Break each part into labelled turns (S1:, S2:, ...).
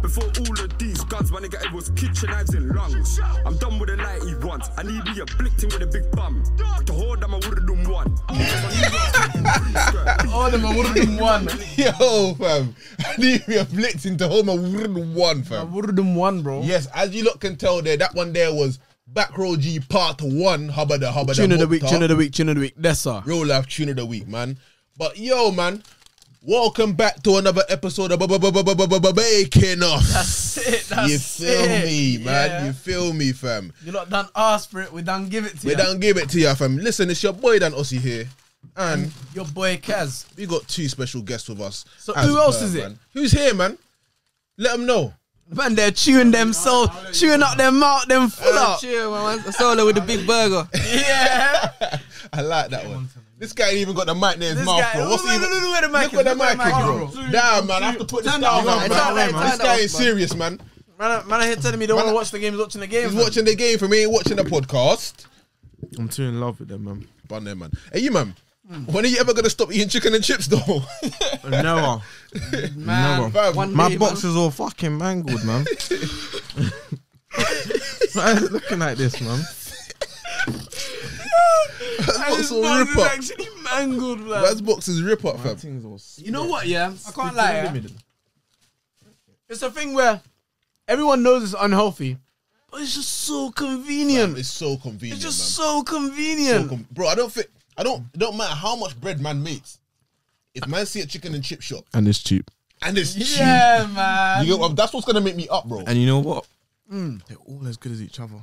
S1: Before all of these guns, my nigga, it was kitchen knives and lungs. I'm done with the 90 ones. I need me a blick thing with a big bum. To hold them, I would've done one.
S2: Oh, them I wouldn't have won.
S3: Yo, fam. I need me a blitz into home. I wouldn't one,
S2: I
S3: fam.
S2: wouldn't have won, bro.
S3: Yes, as you lot can tell there, that one there was Back Row G Part 1, Hubba the Hubba
S2: Tune of the
S3: Mukta.
S2: week, tune of the week, tune of the week. That's all.
S3: Real life tune of the week, man. But yo, man, welcome back to another episode of Bu- Bu- Bu- Bu- Bu- Bu- Bu- Bu- Baking Off.
S4: That's it. That's
S3: You feel
S4: it.
S3: me, man?
S4: Yeah.
S3: You feel me, fam?
S4: You lot done ask for it. We done give it to
S3: We
S4: you.
S3: don't give it to you, fam. Listen, it's your boy Dan Ossie here, and
S4: Your boy Kaz.
S3: we got two special guests with us.
S4: So
S3: as
S4: who else
S3: per,
S4: is it?
S3: man. Who's here, man? Let them know.
S4: Man, they're chewing themselves, chewing up their mouth, them full up.
S5: Chill, man. Solo with the big burger.
S4: Yeah.
S3: I like that one. This guy ain't even got the mic near his
S4: This
S3: mouth,
S4: guy-
S3: bro. What's he
S4: Look,
S3: even?
S4: look, look where the mic is,
S3: Look where the
S4: look where
S3: mic
S4: the
S3: is,
S4: mic
S3: bro.
S4: is,
S3: Damn, man, I have to put this
S5: Turn
S3: down,
S5: that off,
S3: man.
S5: man. Turn that off,
S3: This guy
S5: man.
S3: ain't serious, man.
S4: Man, man here telling me they want to watch the game, he's watching the game.
S3: He's
S4: man.
S3: watching the game for me, watching the podcast.
S2: I'm too in love with them, man.
S3: Bun there, man. Hey, you, man. When are you ever gonna stop eating chicken and chips, though?
S2: Never.
S4: Man,
S2: Never.
S3: Fam,
S4: one
S2: My
S4: day,
S2: box
S4: man.
S2: is all fucking mangled, man. Why is it looking like this, man?
S4: And his
S3: box will
S4: box
S3: rip
S4: is
S3: up.
S4: actually mangled, man.
S3: That's boxes rip up, fam.
S2: Things all s-
S4: you know what, yeah? I can't lie. yeah?
S2: limited.
S4: It's a thing where everyone knows it's unhealthy, but it's just so convenient.
S3: It's so convenient,
S4: It's just
S3: man.
S4: so convenient.
S3: Welcome. bro. I don't think I don't it don't matter how much bread man makes. If man see a chicken and chip shop
S2: And it's cheap.
S3: and it's
S4: yeah, man.
S3: cheap, you know, that's what's gonna make me up, bro.
S2: And you know what? They're all as good as each other.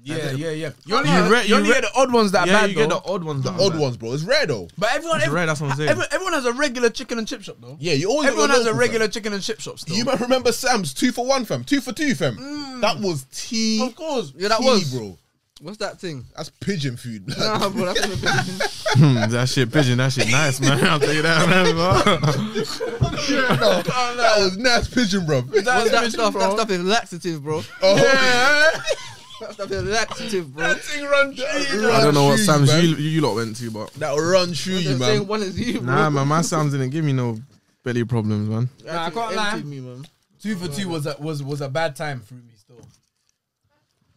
S4: Yeah, yeah, yeah. You only,
S2: You
S4: had-
S2: re-
S4: you
S2: you
S4: only
S2: re-
S4: get the odd ones that
S2: yeah,
S4: are bad,
S2: you
S4: though.
S2: get the odd ones. The
S3: Odd ones, bro. It's rare though.
S4: but everyone,
S2: It's
S4: ev-
S2: rare, that's what I'm saying.
S4: every- everyone has a regular chicken and chip shop, though.
S3: Yeah, you always
S4: Everyone has a
S3: local,
S4: regular chicken and chip shop
S3: Fam.
S4: still.
S3: You might remember Sam's two for one, fam. Two for two, fam. That was tea.
S4: Mm. of course.
S5: Yeah, that was.
S3: bro.
S5: What's that thing?
S3: That's pigeon food. blood.
S5: Nah, bro, that's not a pigeon.
S2: Mm, that shit, pigeon. That shit, nice, man. I'll tell you that, man.
S3: No, that was nice pigeon, bro.
S5: What's that
S4: pigeon,
S5: stuff?
S4: bro?
S5: That stuff is laxative, bro.
S3: Oh,
S5: That stuff is laxative, bro.
S4: That thing run through you.
S3: Run
S2: I don't know what
S3: through you,
S2: Sam's
S3: man.
S2: you, you lot went to, but
S3: That will run through you,
S5: The
S3: man.
S5: same one as you, bro.
S2: nah, man, my Sam's didn't give me no belly problems, man.
S5: That
S4: Nah, I
S5: thing
S4: can't lie.
S5: emptied Me, man.
S4: Two for two was a, was was a bad time for me still.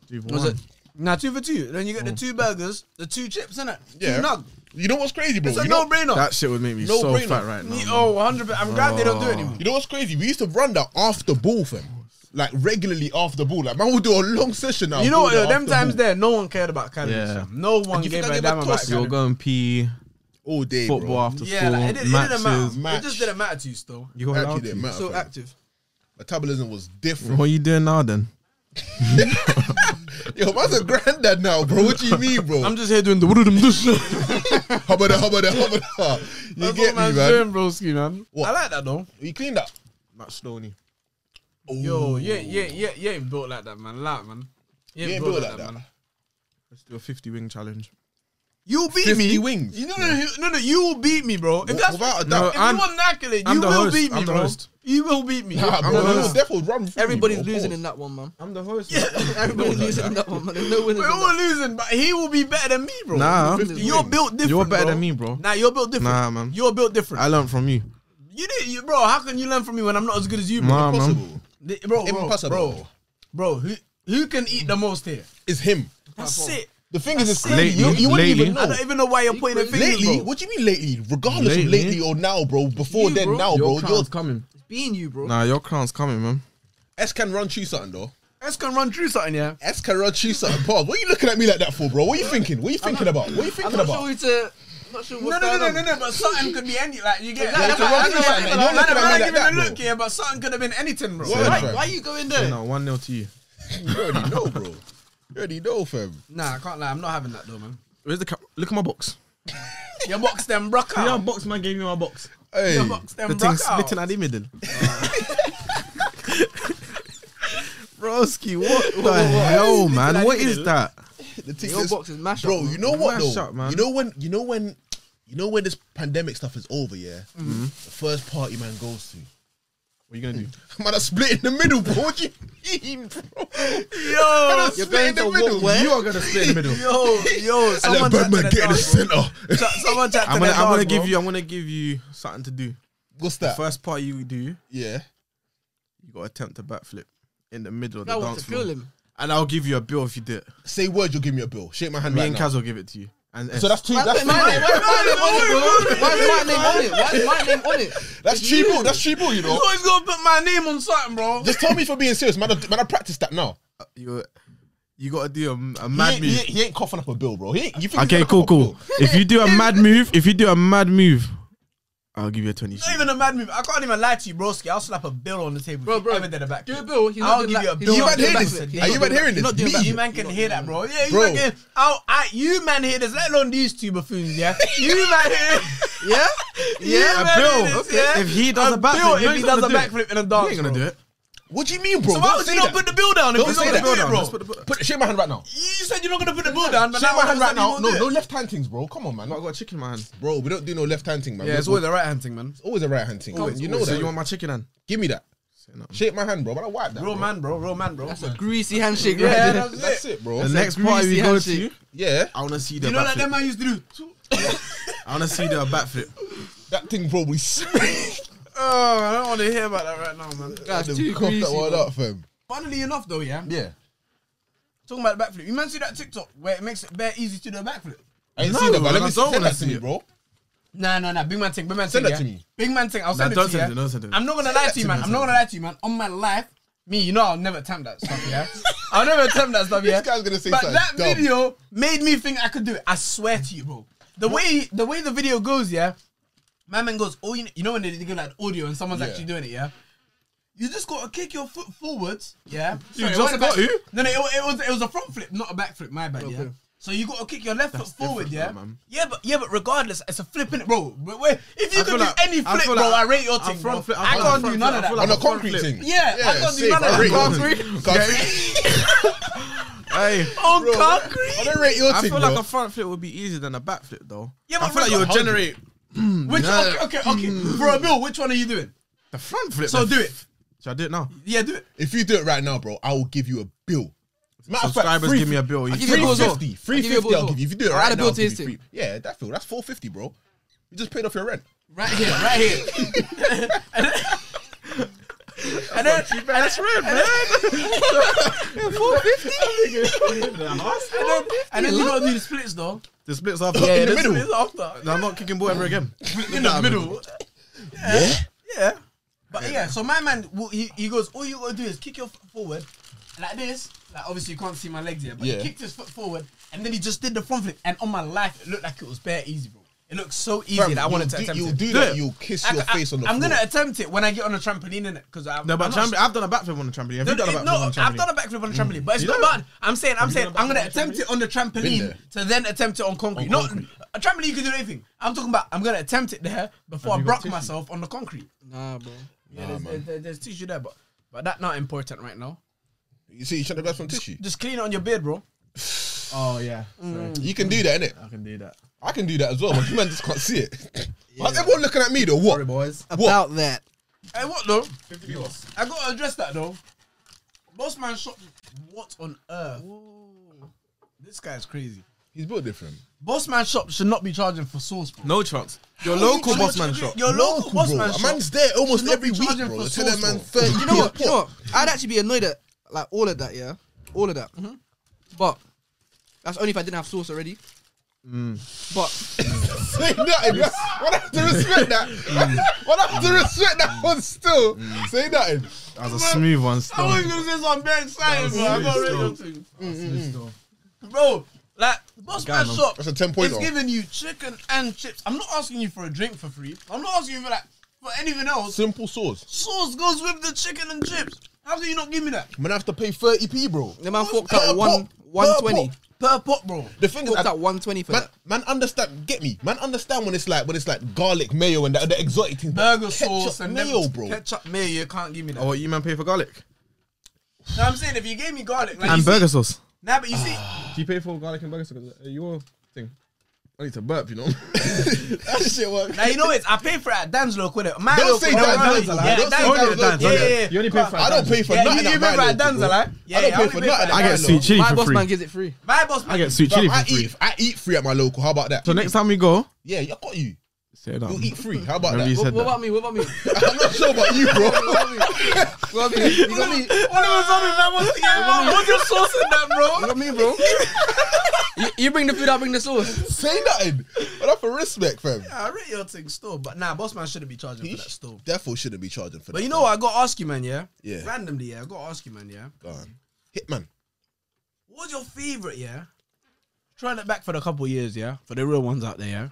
S2: Two for
S4: Was
S2: one.
S4: it? Nah, two for two. Then you get the two burgers, the two chips, innit?
S3: Oh. Yeah.
S4: Two nug.
S3: You know what's crazy, bro?
S4: It's a
S3: you, know,
S4: no-brainer.
S2: That shit would make me
S3: No
S2: so
S3: brainer.
S2: fat right now. man.
S4: Oh, 100 percent I'm glad they don't do it anymore.
S3: you know what's crazy? We used to run that after ball, fam. Like regularly after ball. Like man, we'll do a long session now.
S4: You know what?
S3: Ball
S4: Though, them
S3: after
S4: times
S3: ball.
S4: there, no one cared about calories.
S2: Yeah.
S4: fam. No one
S3: you
S4: gave
S3: think I
S4: a
S3: gave a
S4: damn about
S3: toss?
S2: You're
S4: calories.
S2: going pee,
S3: all day,
S2: football
S3: bro.
S2: after
S4: Yeah,
S2: school,
S4: like, it, did, it didn't
S2: matches.
S4: matter. It
S3: match.
S4: just didn't matter to you still.
S2: You got
S3: Actually,
S2: allowed
S3: didn't
S2: to.
S3: matter,
S5: So
S4: uh,
S3: fam.
S5: active.
S3: Metabolism was different.
S2: What are you doing now then?
S3: Yo, man's a granddad now, bro. What do you mean, bro?
S2: I'm just here doing the woodum
S3: Hubba da, hubba da, hubba da. You
S4: That's what
S3: get me,
S4: man's
S3: man.
S4: doing, broski, man.
S3: What?
S4: I like that though.
S3: You cleaned up.
S2: Matt Stoney.
S4: Yo, yeah, yeah, yeah, yeah, ain't built like that, man. Like, man.
S3: You ain't built like that.
S2: Let's do a 50 wing challenge.
S4: You beat
S3: 50
S4: me.
S3: wings.
S4: You know, no, no, no, no, you will beat me, bro. If that's
S3: Without a
S2: No,
S3: doubt.
S4: if
S2: I'm-
S4: you want an accolade,
S2: I'm
S4: you
S2: the
S4: will
S2: host.
S4: beat me,
S2: I'm the
S4: bro.
S2: host.
S4: You will beat me.
S3: Nah,
S2: I'm
S3: bro.
S2: gonna-
S3: You'll definitely run through
S5: Everybody's
S3: me, bro, of
S5: losing
S3: course.
S5: in that one, man.
S2: I'm the host.
S5: Everybody's losing in that one, man. There's no winners.
S4: We're
S5: in
S4: all
S5: that.
S4: losing, but he will be better than me, bro.
S2: Nah,
S4: you're built different.
S2: you're better
S4: bro.
S2: than me, bro.
S4: Nah, you're built different.
S2: Nah, man.
S4: You're built different.
S2: I learned from you.
S4: you did, you, bro. How can you learn from me when I'm not as good as you, bro?
S2: Nah, man.
S3: Impossible.
S4: Th- Bro, bro,
S3: Impossible.
S4: bro, bro. Who who can eat the most here?
S3: It's him.
S4: That's it.
S3: The thing is, it's
S4: That's
S3: crazy. You,
S2: Lately-
S3: you wouldn't
S2: lately-
S3: even
S4: I
S3: know.
S4: don't even know why you're putting the fingers,
S3: Lately,
S4: bro.
S3: what do you mean lately? Regardless
S2: Lately?
S3: of lately or now, bro. Before
S5: You,
S3: then,
S5: bro.
S3: now, bro.
S2: Your
S3: Your
S2: crown's coming.
S5: It's being you, bro.
S2: Nah, your crown's coming, man.
S3: S can run through something though.
S4: Let's go run through something, yeah.
S3: S can run through something. Pause. What are you looking at me like that for, bro? What are you thinking? What are you thinking about? What are you
S5: I'm
S3: thinking
S5: not sure
S3: about?
S5: who to. Not sure
S4: No,
S5: what's
S4: no, no, no,
S5: going
S4: no,
S5: on.
S4: no, but something could be any, like, you get
S5: Yeah,
S4: like,
S5: it's a rough
S4: I'm not-
S5: design,
S4: I'm
S5: man. You're
S4: not- I'm
S3: looking at me
S4: not
S3: like
S4: giving
S3: that,
S4: a
S3: bro.
S4: look here, but something could have been anything, bro.
S3: Word,
S5: Why,
S3: fam.
S5: why you going
S2: No,
S5: there?
S2: 1 0 to you.
S3: You already know, bro. You already know, fam.
S4: Nah, I can't lie, I'm not having that though, man.
S2: Where's the cap? Look at my box.
S4: Your box them brock
S2: Yeah,
S4: out.
S2: box man gave me my box.
S3: Hey,
S4: Your box them
S2: The thing
S4: brock out.
S2: splitting at the middle. Broski, what the hell, man? What is that?
S3: the thing
S5: Your
S3: is-
S5: box is mash
S3: bro.
S5: up,
S3: You know what
S2: Mash
S3: though?
S2: up, man.
S3: You know when? You know when? You know when this pandemic stuff is over, yeah.
S4: Mm-hmm.
S3: The first party man goes to.
S2: What are you gonna do?
S3: Man, I split in the middle, bro. What you mean, bro?
S4: Yo,
S3: You're going to walk
S2: You are gonna split in the middle.
S4: yo, yo,
S3: And
S4: someone
S3: let
S4: chat to
S3: Birdman
S4: the
S3: get in the
S4: dog, bro.
S3: center.
S4: Chat- Someone chat to
S2: I'm
S4: the
S2: gonna, I'm gonna
S4: dog,
S2: give
S4: bro.
S2: you, I'm gonna give you something to do.
S3: What's
S2: The
S3: that?
S2: first party you do,
S3: Yeah.
S2: you got to attempt a backflip in the middle of
S4: I
S2: the
S4: want
S2: dance
S4: to
S2: floor.
S4: feel him.
S2: And I'll give you a bill if you do it.
S3: Say word, you'll give me a bill. Shake my hand
S2: Me
S3: right
S2: and
S3: now.
S2: Kaz will give it to you. And
S3: So that's two. That's
S5: Wait, my name-
S3: three.
S5: wait, my name on it, bro. Why is my name on it? Why is my name on it?
S3: That's
S5: It's
S3: three
S5: you.
S3: bill. That's three bill. You know.
S4: Always gotta put my name on something, bro.
S3: Just tell me for being serious, man. I, man, I practiced that now.
S2: uh, you. You got to do a, a
S3: He,
S2: mad
S3: ain't-
S2: move.
S3: he, ain't- he ain't coughing up a bill, bro. He, ain't- you think he's
S2: Okay,
S3: gonna
S2: cool,
S3: cough up a
S2: cool. If you do a mad move, if you do a mad move, I'll give you a twenty.
S4: Not even a mad move. I can't even lie to you, broski. I'll slap a bill on the table.
S5: Bro, bro.
S4: Ever did a back.
S5: Do a bill. He's not
S4: I'll give
S5: doing that.
S4: you a
S5: He's
S4: bill.
S5: not
S4: You man
S5: doing
S4: hear this?
S5: that. He's
S4: Are you
S5: not
S3: man
S5: doing that.
S3: hearing
S5: He's not
S3: this?
S5: doing
S3: Me?
S5: that.
S4: You man can hear that, bro. Yeah, you
S3: Bro.
S4: man can. I'll, I, you man hear this. Let alone these two buffoons. Yeah, you man hear.
S5: Yeah?
S4: Yeah,
S2: a
S4: man
S2: bill.
S4: hear this,
S2: Okay.
S4: yeah?
S2: If he does a backflip,
S4: bill
S2: you
S4: if he
S2: ain't
S4: does a
S2: gonna do it.
S4: backflip in a dance,
S2: You ain't gonna
S4: bro.
S2: do it.
S3: What do you mean,
S4: So
S3: bro? Don't
S4: why would
S3: say
S4: you not
S3: that.
S4: put the bill down if
S3: Don't
S4: he's
S3: say
S4: not
S3: that.
S4: gonna do it,
S3: Put-
S4: bro?
S2: put the-
S3: Put, shake my hand right now.
S4: You said you're not gonna put the bill down, but
S3: Shake
S4: now all
S3: my
S4: of
S3: hand
S4: a
S3: right
S4: sudden
S3: now.
S4: you
S3: No,
S4: won't
S3: no
S4: do it.
S3: left hand things, bro. Come on, man.
S2: I got a chicken in my hand.
S3: Bro, we don't do no left hand thing, man.
S4: Yeah,
S3: We-
S4: it's always the right hand thing, man.
S3: it's always a right hand thing.
S4: Oh,
S3: you know
S2: So
S3: that.
S2: you want my chicken hand?
S3: Give me that.
S2: Say nothing.
S3: Shake my hand, bro. But I wipe that.
S4: Real
S3: bro.
S4: man, bro. Real man, bro.
S5: That's a greasy handshake right
S4: Yeah,
S5: there.
S4: that's it.
S3: That's it, bro.
S2: The next party we
S5: greasy
S2: go to,
S5: handshake.
S3: Yeah,
S2: I want to see the.
S4: You know
S2: backflip.
S4: that them man used to do.
S2: I want to see the backflip.
S3: that thing probably.
S4: Oh, I don't want to hear about that right now, man.
S5: That's too
S3: Cough that
S5: greasy.
S3: one
S5: bro.
S3: up, fam.
S4: Funnily enough, though, yeah.
S3: Yeah.
S4: Talking about the backflip, you man see that TikTok where it makes it bare easy to do a backflip.
S3: I ain't
S2: No,
S3: seen that, but
S2: man,
S3: let
S2: I
S3: me
S2: don't
S3: send
S2: wanna
S3: that to
S2: see
S3: me,
S2: it.
S3: bro.
S4: Nah, nah, nah. Big man thing, big man
S3: Send
S4: thing.
S3: that to
S4: yeah.
S3: me.
S4: Big man thing. I'll
S2: Nah,
S4: send
S2: don't
S4: it to
S2: send
S4: you.
S2: it,
S4: yeah.
S2: don't send it.
S4: I'm not gonna lie to you,
S2: me,
S4: man.
S2: send
S4: I'm not
S2: it
S4: gonna lie to you, man. On my life, me, you know, I'll never attempt that stuff. Yeah, I'll never attempt that stuff. Yeah.
S3: guy's gonna say
S4: But
S3: something
S4: that
S3: dumb.
S4: video made me think I could do it. I swear to you, bro. The way the way the video goes, yeah. My man goes, oh, you know, you know when they give like audio and someone's
S3: Yeah.
S4: actually doing it, yeah. You just gotta kick your foot forwards, yeah.
S2: You
S4: it
S2: just
S4: wasn't a
S2: got
S4: back-
S2: who?
S4: No, no, it, wa- it was it was a front flip, not a back flip. My bad, yeah.
S5: Okay.
S4: So you gotta kick your left foot forward,
S2: different,
S4: yeah.
S2: though, man.
S4: Yeah, but yeah, but regardless, it's a flipping, bro. But wait, if you can
S2: I feel
S4: do
S2: like-
S4: any
S2: I
S4: flip,
S2: feel
S4: bro,
S2: like
S4: I rate your
S2: a
S4: thing, bro.
S2: front flip- I
S4: I
S2: feel
S4: can't
S2: like
S4: do
S2: a
S4: none of
S2: front
S4: that.
S3: On
S2: flip-
S3: a
S2: Like a front
S3: concrete
S2: flip.
S3: thing.
S4: Yeah, I can't do
S3: safe.
S4: none of
S3: I
S4: that.
S3: rate
S4: Concrete.
S3: your thing.
S2: Hey.
S4: On
S3: Bro, I
S4: concrete,
S3: don't rate your
S2: I
S3: thing,
S2: feel
S3: bro.
S2: like a front flip would be easier than a backflip, though.
S4: Yeah,
S2: I
S4: but
S2: feel like
S4: we're
S2: you'll
S4: not-
S2: generate
S4: which
S2: Nah.
S4: okay, okay,
S2: Mm.
S4: okay. For a bill, which one are you doing?
S2: the front flip.
S4: So
S2: the-
S4: do it.
S2: Should I do it now?
S4: Yeah, do it.
S3: If you do it right now, bro, I will give you a bill. Matter of fact,
S2: Subscribers
S3: free-
S2: give me a bill.
S5: give you a bill as well.
S3: 350,
S5: I'll give you a
S3: 350
S5: bill
S3: I'll
S5: as
S3: give you. If you do it
S5: well. I'll
S3: right
S5: add a
S3: now,
S5: bill
S3: I'll
S5: to
S3: give
S5: his
S3: you
S5: thing.
S3: three- Yeah, that feel. That's 450, bro. You just paid off your rent.
S4: Right here, right here. and then, and then, and then, and then, and then, and then you know do the splits though.
S2: The splits after.
S3: In
S4: the
S3: the middle.
S4: splits after.
S2: No, I'm not kicking ball ever again.
S4: in the middle. Yeah. Yeah. But yeah, so my man, well, he, he goes, all you gotta do is kick your foot forward like this. Like obviously you can't see my legs here, but
S3: Yeah.
S4: he kicked his foot forward and then he just did the front flip. And on my life, it looked like it was bare easy, bro. It looked so easy
S3: Fam,
S4: that I
S3: you'll
S4: wanted to
S3: do-
S4: attempt
S3: You'll
S4: it.
S3: do
S2: Do
S3: that.
S2: it.
S3: You'll kiss
S4: I-
S3: your
S4: I,
S3: face on the
S4: am
S3: floor.
S4: gonna attempt it when I get on a trampoline in it because I'm
S2: No, but
S4: I'm
S2: tramp-
S4: not-
S2: I've done a backflip on the trampoline. Have
S4: no,
S2: you done a
S4: it-
S2: backflip
S4: no,
S2: on the trampoline?
S4: I've done a backflip on the trampoline, but it's not bad. I'm saying, I'm saying, I'm gonna attempt it on the
S3: Been
S4: trampoline
S3: there.
S4: to then attempt it on concrete.
S3: On
S4: Not
S3: concrete.
S4: a trampoline, you can do anything. I'm talking about, I'm gonna attempt it there before I
S2: you got
S4: broke
S2: tissue?
S4: myself on the concrete.
S5: Nah, bro.
S4: Yeah, there's, there- there- there's tissue there, but but that's not important right now.
S3: You see, you should have grabbed some tissue.
S4: Just clean it on your beard, bro.
S2: Oh yeah, sorry.
S4: Mm.
S3: You can do that, innit?
S2: I can do that.
S3: I can do that as well, but you man just can't see it. Why's everyone looking at me though? What?
S2: Sorry, boys.
S5: About that.
S4: Hey, what though? I gotta address that though. Most man shot. What on earth? This guy's crazy.
S3: He's built different.
S4: Bossman shop should not be charging for sauce, bro.
S2: No chance. Your
S4: How
S2: local
S4: you charge-
S2: boss man shop.
S4: Your local,
S3: bro.
S4: boss man
S3: A
S4: shop.
S3: man's there almost
S4: should not
S3: every
S4: be
S3: week,
S4: charging
S3: bro.
S4: for
S3: Tell that
S4: sauce,
S3: man
S4: bro.
S3: 30
S5: You know what? You know
S3: What?
S5: what? I'd actually be annoyed at like all of that, yeah, all of that.
S3: Mm-hmm.
S5: But that's only if I didn't have sauce already.
S3: Mm.
S5: But
S3: Say nothing. man. What I have to respect that.
S5: Mm.
S3: What I have to respect that one still. Say nothing.
S2: That was a smooth one. Still.
S4: I was gonna say something very exciting, bro. I'm not
S2: serious,
S4: ready
S2: though.
S4: to.
S2: Smooth still.
S4: Bro, like, boss man
S2: man.
S4: shop
S3: That's a 10 point
S4: is
S3: off.
S4: giving you chicken and chips. I'm not asking you for a drink for free. I'm not asking you for like for anything else.
S3: Simple sauce.
S4: Sauce goes with the chicken and chips. How do you not give me that?
S3: Man, I have to pay 30p, bro.
S5: the man forked
S3: Per
S5: out one
S3: pop.
S5: one twenty.
S3: Per pop.
S4: Per pot, bro.
S3: The thing is,
S5: Forked
S3: I-
S5: out one twenty for
S3: man,
S5: that.
S3: man, understand. Get me, man, understand when it's like when it's like garlic mayo and the, the exotic things. but
S4: Burger
S3: ketchup
S4: sauce and them-
S3: mayo, bro.
S4: Ketchup mayo, you can't give me that.
S2: Oh, what you man pay for garlic
S4: No, I'm saying if you gave me garlic, like,
S2: and
S4: you see,
S2: burger sauce?
S4: Nah, but you see,
S3: Ah.
S2: Do you pay for garlic and burger sauce? Uh, Your thing. I need to burp, you know.
S3: that shit works.
S4: now you know it. I pay for it at Dan's local. innit? My
S3: Don't
S4: local,
S3: say
S4: no,
S3: Dan's
S4: no, no,
S3: local,
S4: Yeah, Dan's
S3: don't say Dan's
S4: local.
S3: local.
S4: Yeah, yeah, yeah.
S2: You only pay for.
S3: I don't pay for
S4: Yeah,
S3: nothing.
S4: you- you
S3: at my
S4: remember at
S3: local,
S4: Danza,
S3: bro.
S4: like? Yeah,
S3: I don't
S4: yeah,
S3: pay
S4: I
S3: for
S4: only pay
S3: nothing.
S4: for
S3: at my
S2: I get
S3: local.
S2: sweet chili
S5: My
S2: for
S5: boss
S2: free.
S5: man gives it free.
S4: My boss,
S2: I
S4: man,
S2: get sweet
S3: Bro,
S2: chili
S3: I
S2: for free.
S3: eat, I eat free at my local. How about that?
S2: So next time we go,
S3: Yeah, I got you.
S2: Say that.
S3: You'll eat free. How about
S2: Remember you
S3: that?
S2: said
S5: What
S2: that.
S5: about me? What about me?
S3: I'm not sure about you, bro.
S5: What about me? What about me? You got me.
S4: All of a sudden, that was yeah. What's your sauce in that,
S5: You
S4: bro?
S5: got me, bro. You, you bring the food, I bring the sauce.
S3: Say nothing. But that's for respect, fam.
S4: Yeah, I rate your thing still, but nah, boss man shouldn't be charging
S3: He
S4: for that
S3: sh-
S4: still.
S3: Therefore, shouldn't be charging for
S4: But
S3: that.
S4: you know what? I gotta ask you, man. Yeah.
S3: Yeah.
S4: Randomly, yeah. I gotta ask you, man. Yeah.
S3: Go on. Hitman.
S4: What was your favorite? Yeah. Trying it back for the couple years, yeah. For the real ones out there, yeah.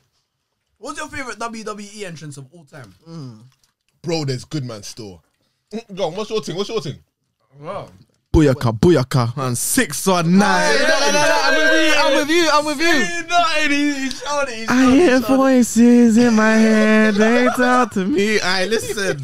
S4: What's your favorite WWE entrance of all time?
S3: Bro, there's good man store. Mm, Go on, what's your thing? What's your thing?
S4: Wow.
S2: Booyaka, booyaka, and six or nine.
S5: No, no, no, no, I'm with you. I'm with you. I'm with you.
S2: I hear voices in my head. They talk to me. I listen.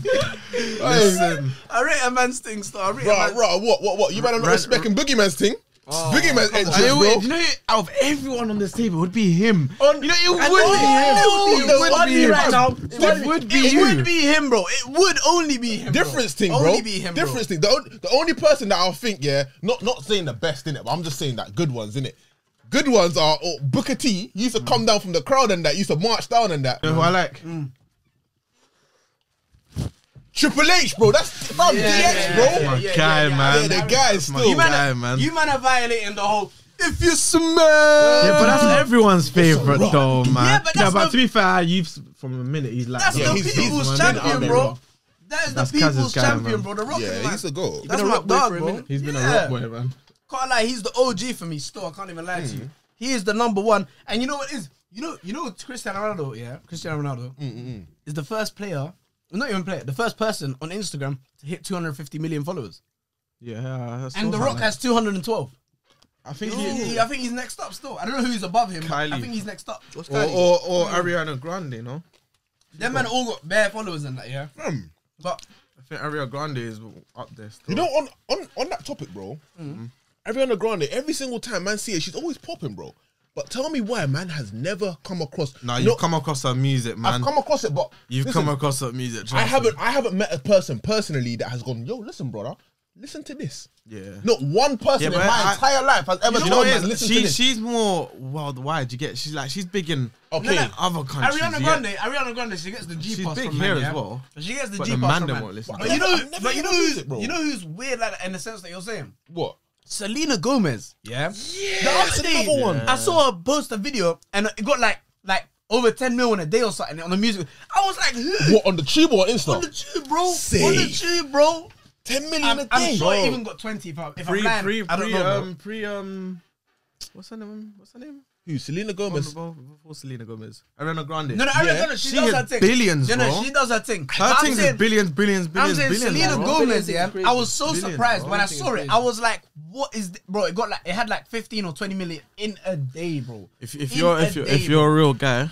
S2: Listen.
S4: I rate a man's thing, star. I rate a
S3: Right,
S4: man's-
S3: right, what, what, what? You better not respecting Boogeyman's thing.
S4: Oh,
S3: Boogeyman's entrance,
S2: And it
S3: bro.
S2: would, you know, out of everyone on this table, it would be him.
S4: On-
S2: you know, it would
S4: And
S2: be him.
S4: only-
S2: It
S4: the
S2: would
S4: only
S2: be him.
S4: right now-
S2: It would be
S4: it
S2: you.
S4: would be him, bro. It would only be him.
S3: Difference
S4: bro.
S3: thing, bro.
S4: Only be him, bro.
S3: Difference thing. The, on- the only person that I think, yeah, not not saying the best in it, but I'm just saying that good ones in it. Good ones are oh, Booker T. He used to come down from the crowd and that. Used to march down and that.
S2: You know who I like?
S3: Triple H, bro. That's from
S4: Yeah,
S3: DX,
S4: yeah,
S3: bro.
S4: yeah,
S2: My
S4: yeah,
S2: guy,
S4: yeah, yeah.
S2: man.
S3: Yeah, the guy is still.
S4: You man,
S2: guy,
S4: are,
S2: man.
S4: you man are violating the whole. If you smell,
S2: Yeah, but that's everyone's favorite,
S3: rock.
S2: though, man.
S4: Yeah, but that's
S2: but
S4: the-
S2: to be fair, you've from a minute he's like,
S4: that's
S2: yeah,
S4: the
S3: he's- he's
S4: people's
S2: one of them.
S4: champion,
S2: Yeah,
S4: bro. That is
S2: That's
S4: the
S2: Kaz's
S4: people's
S2: guy,
S4: champion,
S2: man.
S4: bro. The Rock
S3: yeah, he
S4: man.
S3: used to go.
S4: That's
S5: been a
S4: my
S5: rock boy
S4: dog,
S5: for a
S4: bro.
S5: minute.
S2: He's been
S4: Yeah.
S2: a rock boy, man.
S4: Can't lie, he's the OG for me. Still, I can't even lie
S2: Hmm.
S4: to you. He is the number one. And you know what it is? You know, you know, Cristiano Ronaldo. Yeah, Cristiano Ronaldo
S2: Mm,
S4: is the first player, not even player, the first person on Instagram to hit 250 million followers.
S2: Yeah, that's
S4: And The Rock has 212.
S2: I think
S4: He- he- I think he's next up still. I don't know who's above him. I
S2: Kylie.
S4: think he's next up.
S5: What's
S2: or,
S5: that?
S2: or or Ariana Grande, no?
S4: Them man all got bare followers and that, yeah. But
S2: I think Ariana Grande is up there. Still.
S3: You know, on on on that topic, bro. Ariana Grande. Every single time man see her, she's always popping, bro. But tell me why man has never come across.
S2: now
S3: You
S2: you've
S3: know,
S2: come across her music, man.
S3: I've come across it, but
S2: you've
S3: listen,
S2: come across her music.
S3: I
S2: trust me.
S3: haven't I haven't met a person personally that has gone, yo, listen, brother, listen to this.
S2: Yeah.
S3: Not one person
S2: Yeah,
S3: in
S2: but
S3: my
S2: I-
S3: entire life has ever
S2: You
S3: told
S2: know what
S3: me,
S2: it is?
S3: listen to
S2: She,
S3: this.
S2: she's more worldwide. You get? She's like she's big in
S3: Okay.
S4: No, no.
S2: other countries.
S4: Ariana
S2: you get?
S4: Grande, Ariana Grande, she gets the G
S2: She's
S4: pass
S2: big
S4: from
S2: here
S4: man,
S2: as
S4: yeah?
S2: well.
S4: She gets the
S2: But
S4: G
S2: the
S4: pass
S2: man
S4: from
S2: them
S4: man.
S2: won't listen.
S4: But you know,
S3: I've never
S4: but you know
S3: heard her
S4: who's
S3: music, bro.
S4: you know who's weird like that in the sense that you're saying
S3: what?
S4: Selena Gomez. Yeah,
S3: That's
S4: The other day,
S3: another one.
S4: I saw her post a video and it got like like over 10 mil in a day or something on the music. I was like, who?
S3: What on the tube or Insta?
S4: on the tube, bro? On the
S3: Say.
S4: tube, bro.
S3: Ten million
S4: I'm,
S3: a
S4: I'm
S3: day.
S4: sure it even got 20 if, I, if
S2: Pre
S4: I'm lying.
S2: pre
S4: I don't
S2: pre
S4: know. bro.
S2: um pre um. What's her name? What's her name?
S3: Who? Selena Gomez.
S2: Before, before Selena Gomez, Ariana Grande.
S4: No, no, Ariana Grande, she,
S2: she
S4: does
S2: hit
S4: her thing.
S2: billions,
S4: no, no,
S2: bro.
S4: she does her thing.
S2: Her
S4: I'm
S2: things
S4: saying-
S2: is billions, billions,
S4: I'm
S2: billions,
S4: saying
S2: billions.
S4: Selena
S2: bro.
S4: Gomez,
S5: Billions is
S4: yeah.
S5: crazy.
S4: I was so
S2: Billions,
S4: surprised
S2: bro.
S4: when I
S5: Billions
S4: saw
S5: is
S4: it.
S5: crazy.
S4: I was like, "What is, thi- bro? It got like it had like 15 or 20 million in a day, bro."
S2: If, if
S4: In
S2: you're
S4: a
S2: if you're
S4: day,
S2: if you're a real guy,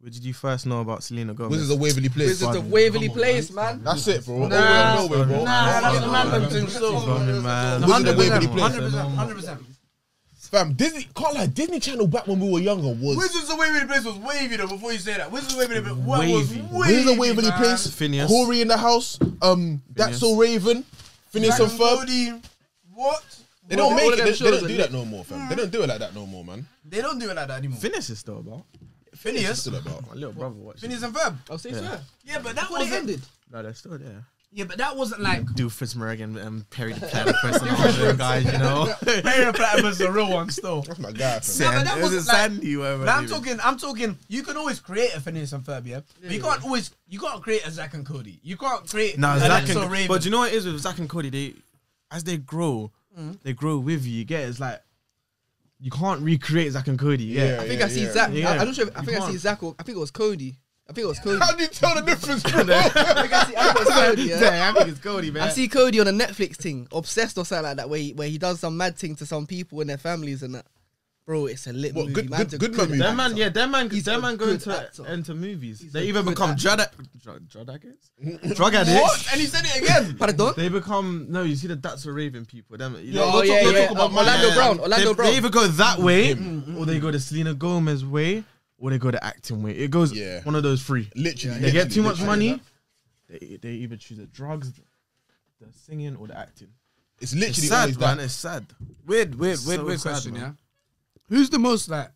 S2: where did you first know about Selena Gomez?
S3: Wizards of Waverly Place.
S5: This is the Waverly Place, man.
S3: That's it, bro. All
S4: Nah,
S3: we know, bro.
S4: Nah,
S2: nah,
S4: that's
S3: All
S4: the
S3: we
S4: man
S3: know.
S4: them thing still.
S2: man.
S3: Wizards of
S2: 100%,
S3: Waverly Place.
S4: 100%, 100%.
S3: Fam, Disney, can't lie, Disney Channel back when we were younger was.
S4: Wizards of Waverly Place was wavy though. Before you say that, Wizards of Waverly Place was
S2: Wavy.
S4: wavy.
S3: Wizards of Waverly
S4: man.
S3: Place,
S2: Phineas.
S3: Corey in the house, um, That's
S2: Phineas.
S3: So Raven, Phineas
S4: Jack and
S3: and Ferb.
S4: Cody. What?
S3: They don't make
S5: of
S3: it.
S5: them
S3: They, they
S5: shows
S3: don't
S5: are
S3: do
S5: lit.
S3: that no more, fam. They don't do it like that no more, man.
S4: They don't do it like that anymore.
S2: Phineas is still about.
S3: What's it
S4: Phineas,
S3: still about?
S2: My little brother watched.
S4: Phineas and Ferb.
S5: I'll say so.
S4: Oh, Yeah, but that
S5: What it
S4: wasn't.
S5: ended.
S2: No, they're still there.
S4: Yeah, but that wasn't like.
S3: Mm.
S2: Doofus Morgan and um, Perry the Platypus and all them guys, you know.
S4: Perry the Platypus is a real one still.
S3: That's my guy, fam.
S4: Yeah, but that
S2: It
S4: wasn't
S2: was a
S4: like-
S2: Sandy, whatever.
S4: Now I'm
S2: it is.
S4: talking. I'm talking. You can always create a Phineas and Ferb, yeah. but you can't always. You can't create a Zack and Cody. You can't create.
S2: Nah,
S4: a
S2: Zach
S4: Lexo
S2: and
S4: Raven.
S2: but you know what it is with Zach and Cody? They as they grow,
S5: Mm.
S2: they grow with you. You get it? it's like you can't recreate Zach and Cody. Yeah,
S5: I think I see Zach.
S2: Yeah.
S5: I, I don't sure. if- I
S2: You
S5: think I see
S2: can't.
S5: Zach. Or, I think it was Cody. I think it was Cody.
S3: How do you tell the difference, bro?
S5: I think I see, I think it was Cody. Yeah.
S2: I think it's Cody, man.
S5: I see Cody on a Netflix thing, obsessed or something like that, where he, where he does some mad thing to some people and their families and that. Bro, it's a lit
S3: What,
S5: movie.
S3: good-
S5: Man's
S3: good-
S5: a
S3: good man movie.
S2: That man, yeah, that man,
S5: He's
S2: that
S5: a
S2: man
S5: good
S2: going to
S5: actor.
S2: enter movies.
S5: He's
S2: they
S5: a
S2: even
S5: good
S2: become drug, drug, drug addicts. drug
S4: what?
S2: addicts.
S4: And he said it again.
S5: Pardon?
S2: They become no. You see the that's a Raven people. Them, you
S3: Oh,
S2: know,
S3: yeah,
S2: they
S3: yeah.
S2: talk about
S3: Um,
S2: money.
S5: Orlando
S2: Yeah.
S5: Brown, Orlando
S2: they,
S5: Brown.
S2: They either go that way, mm, or they go the Selena Gomez way, or they go the acting way. It goes
S3: Yeah.
S2: one of those three.
S3: Literally,
S2: they get
S3: literally,
S2: too much
S3: literally.
S2: money. They, they either choose the drugs, the singing, or the acting.
S3: It's literally
S2: It's
S3: always
S2: sad,
S3: that.
S2: man. It's sad.
S4: Weird, weird,
S2: So
S4: weird, weird
S2: sad,
S4: question.
S2: man.
S4: Yeah. Who's the most like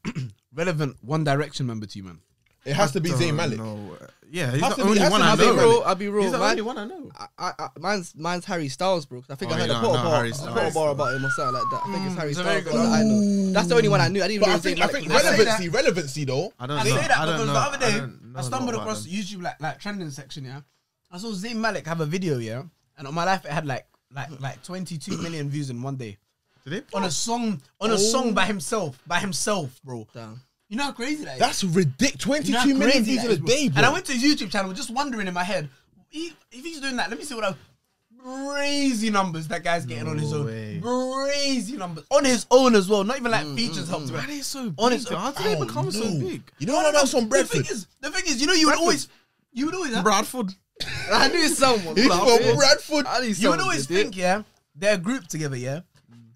S4: relevant One Direction member to you, man?
S3: It has to be Zayn
S2: Don't
S3: Malik.
S2: know. Yeah, he's
S3: Has to
S2: the
S3: be-
S2: only
S3: has
S2: one
S3: to
S2: I
S5: I'll be
S3: be
S2: know.
S5: real. I'll be real.
S2: He's the
S5: man.
S2: only one I know.
S5: I, I, I- mine's mine's Harry Styles, bro. 'cause I think
S2: Oh,
S5: I heard
S2: yeah,
S5: a
S2: no,
S5: quarter
S2: no,
S5: bar,
S2: Harry
S5: a
S2: Styles.
S5: quarter bar about him or something like that. I think it's Harry
S4: Hmm, it's a very
S5: Styles.
S4: good
S5: that I know. That's the only one I knew. I didn't
S3: But
S5: know
S3: I
S5: Zayn
S3: think, I
S5: Malik
S3: think
S5: was there.
S3: relevancy, relevancy though.
S2: I don't
S4: I
S2: know.
S4: say that
S2: I don't
S4: because
S2: know.
S4: the other day
S2: don't know
S4: I, stumbled
S2: about
S4: across
S2: them.
S4: YouTube like like trending section. Yeah, I saw Zayn Malik have a video. Yeah, and on my life it had like like like 22 million views in one day
S2: Did he?
S4: on a song on a song by himself by himself, bro.
S5: Oh. Damn.
S4: You know how crazy that is.
S3: That's ridiculous.
S4: You know how
S3: 22 million
S4: crazy
S3: views
S4: that
S3: in a
S4: is,
S3: day, bro.
S4: And I went to his YouTube channel just wondering in my head, he, if he's doing that, let me see what I. Crazy numbers that guy's getting on his own.
S2: way. Mm,
S4: Crazy numbers on his own as well. Not even like features helped him.
S2: Why are they so big?
S4: Honestly,
S2: How did they
S3: Oh,
S2: become so
S3: no.
S2: big?
S3: You know what else on
S4: The thing
S3: Bradford?
S4: is, the thing is, you know, you would always, you would always,
S2: Bradford.
S5: I knew someone.
S3: He's
S5: bro.
S3: from Bradford.
S5: I knew
S4: you would
S5: someone
S4: always
S5: did it.
S4: think, yeah, they're grouped together, yeah.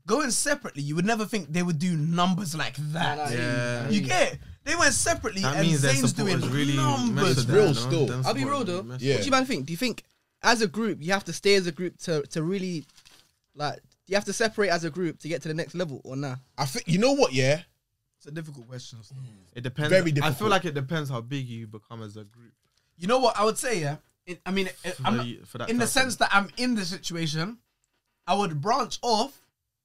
S4: Going separately, you would never think they would do numbers like that.
S5: Nah, nah,
S2: Yeah.
S4: You get it? They went separately,
S2: That
S4: and
S2: means their
S4: Zane's
S2: support
S4: doing
S2: is really
S4: numbers.
S2: messed
S3: It's
S2: up,
S3: real
S2: you know?
S3: still.
S2: Them
S5: I'll be
S2: support
S5: real
S2: is
S5: though.
S2: messed
S3: Yeah.
S2: up.
S5: What do you man think? Do you think as a group you have to stay as a group to to really like you have to separate as a group to get to the next level or nah?
S3: I think you know what, yeah.
S4: It's a difficult question. still.
S2: It depends.
S3: Very
S2: I feel
S3: difficult.
S2: like it depends how big you become as a group.
S4: You know what I would say, yeah. It, I mean, it, I'm
S2: the-
S4: not-
S2: for that
S4: in the
S2: type of-
S4: sense that I'm in the situation, I would branch off,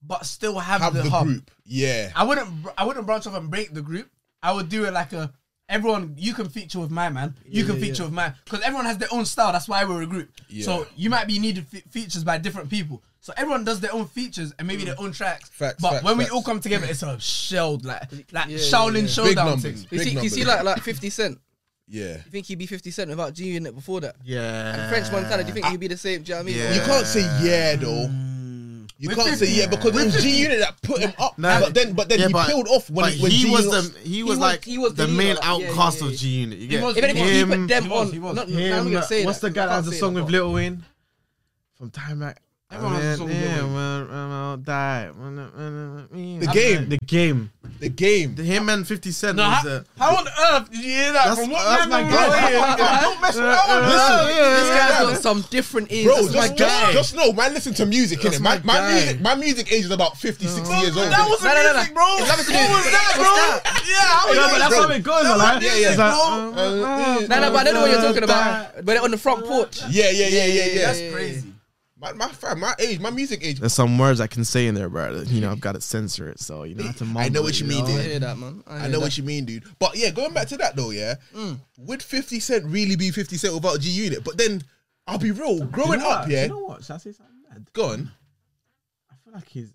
S4: but still have,
S3: Have
S4: the,
S3: the,
S4: hub.
S3: group. Yeah.
S4: I wouldn't. br- I wouldn't branch off and break the group. I would do it like a everyone. You can feature with my man. You can feature with my because everyone has their own style. That's why we're a group.
S3: Yeah.
S4: So you might be needed fe- features by different people. So everyone does their own features and maybe their own tracks.
S3: Mm. Facts,
S4: but
S3: facts,
S4: when
S3: facts.
S4: we all come together, it's a shelled like like
S5: Yeah,
S4: Shaolin
S5: yeah, yeah.
S4: showdown.
S3: Big numbers.
S4: thing.
S5: You
S3: Big
S5: see, you see,
S3: numbers.
S5: like like Fifty Cent.
S3: Yeah.
S5: You think he'd be Fifty Cent without G Unit before that?
S2: Yeah.
S5: And French Montana. Do you think he'd be the same? Do you know what I mean?
S2: Yeah.
S3: You can't say yeah though. You
S4: With
S3: can't say
S4: 50.
S3: yeah because it was G Unit that put him up.
S2: No,
S3: but then, but then
S2: yeah,
S3: he
S2: but-
S3: peeled off when
S2: but
S3: he, when
S2: he was
S3: G-Unit
S2: the he was
S5: was-
S2: like
S5: he was
S2: the,
S5: the
S2: main
S5: leader, like, yeah,
S2: outcast
S5: yeah,
S2: of
S5: yeah.
S2: G Unit. You
S4: He
S2: get
S4: was-
S5: Even if you
S2: him,
S5: keep them
S4: He was,
S5: on,
S4: he was.
S5: not,
S2: him,
S5: now I'm gonna say
S2: what's
S5: that.
S2: the guy
S5: You
S2: that
S5: can't
S2: has a
S5: say
S2: song
S5: that,
S2: with
S5: bro.
S2: Lil Wayne from Time Mac?
S4: Everyone has a song with Lil
S2: yeah,
S4: Wayne.
S2: when- when I'll die. when I- when I-
S3: The game.
S2: The game.
S3: the game.
S2: The- Him and 50 Cent
S4: No,
S2: was
S4: how,
S2: the.
S4: how on earth did you hear that?
S2: That's-
S4: From what
S2: that's
S4: man
S2: my
S4: am
S2: guy.
S4: I? Don't mess with that one.
S2: Yeah, yeah,
S5: This
S2: yeah.
S5: guy's got some different ears.
S3: Bro,
S5: That's
S3: just,
S5: my
S3: just-
S5: guy.
S3: just know, man, listen to music, innit?
S2: my
S3: My, my,
S2: guy.
S3: music, my music age is about 50, 60 years old.
S4: That
S3: innit?
S4: was
S5: No, no, no, no.
S4: music, bro.
S5: It's
S4: What
S5: nothing
S4: was
S5: to do with-
S4: that,
S5: What's
S4: bro?
S5: that?
S4: Yeah, how
S2: Yeah,
S4: was
S2: but that's
S4: bro?
S2: how it goes,
S4: No,
S2: man.
S4: yeah,
S3: yeah.
S2: It's like,
S4: No.
S2: uh,
S5: No, no, but I don't know what you're talking about. But they're on the front porch.
S3: Yeah, yeah, yeah, yeah, yeah.
S4: That's crazy.
S3: My, my, fam, my age, my music age.
S2: There's some words I can say in there, bro. that, You know, I've got to censor it, so you know. I, have to
S3: I know
S2: mumble
S3: what
S2: it,
S3: you mean,
S5: I
S3: dude.
S5: hear that, Mm. man.
S3: I know what you mean, dude. But yeah, going back to that though, yeah, would 50 Cent really be 50 Cent without G Unit? But then, I'll be real,
S2: You
S3: growing
S2: know
S3: up,
S2: what?
S3: yeah,
S2: You know what? Should I say something mad?
S3: gone.
S2: I feel like he's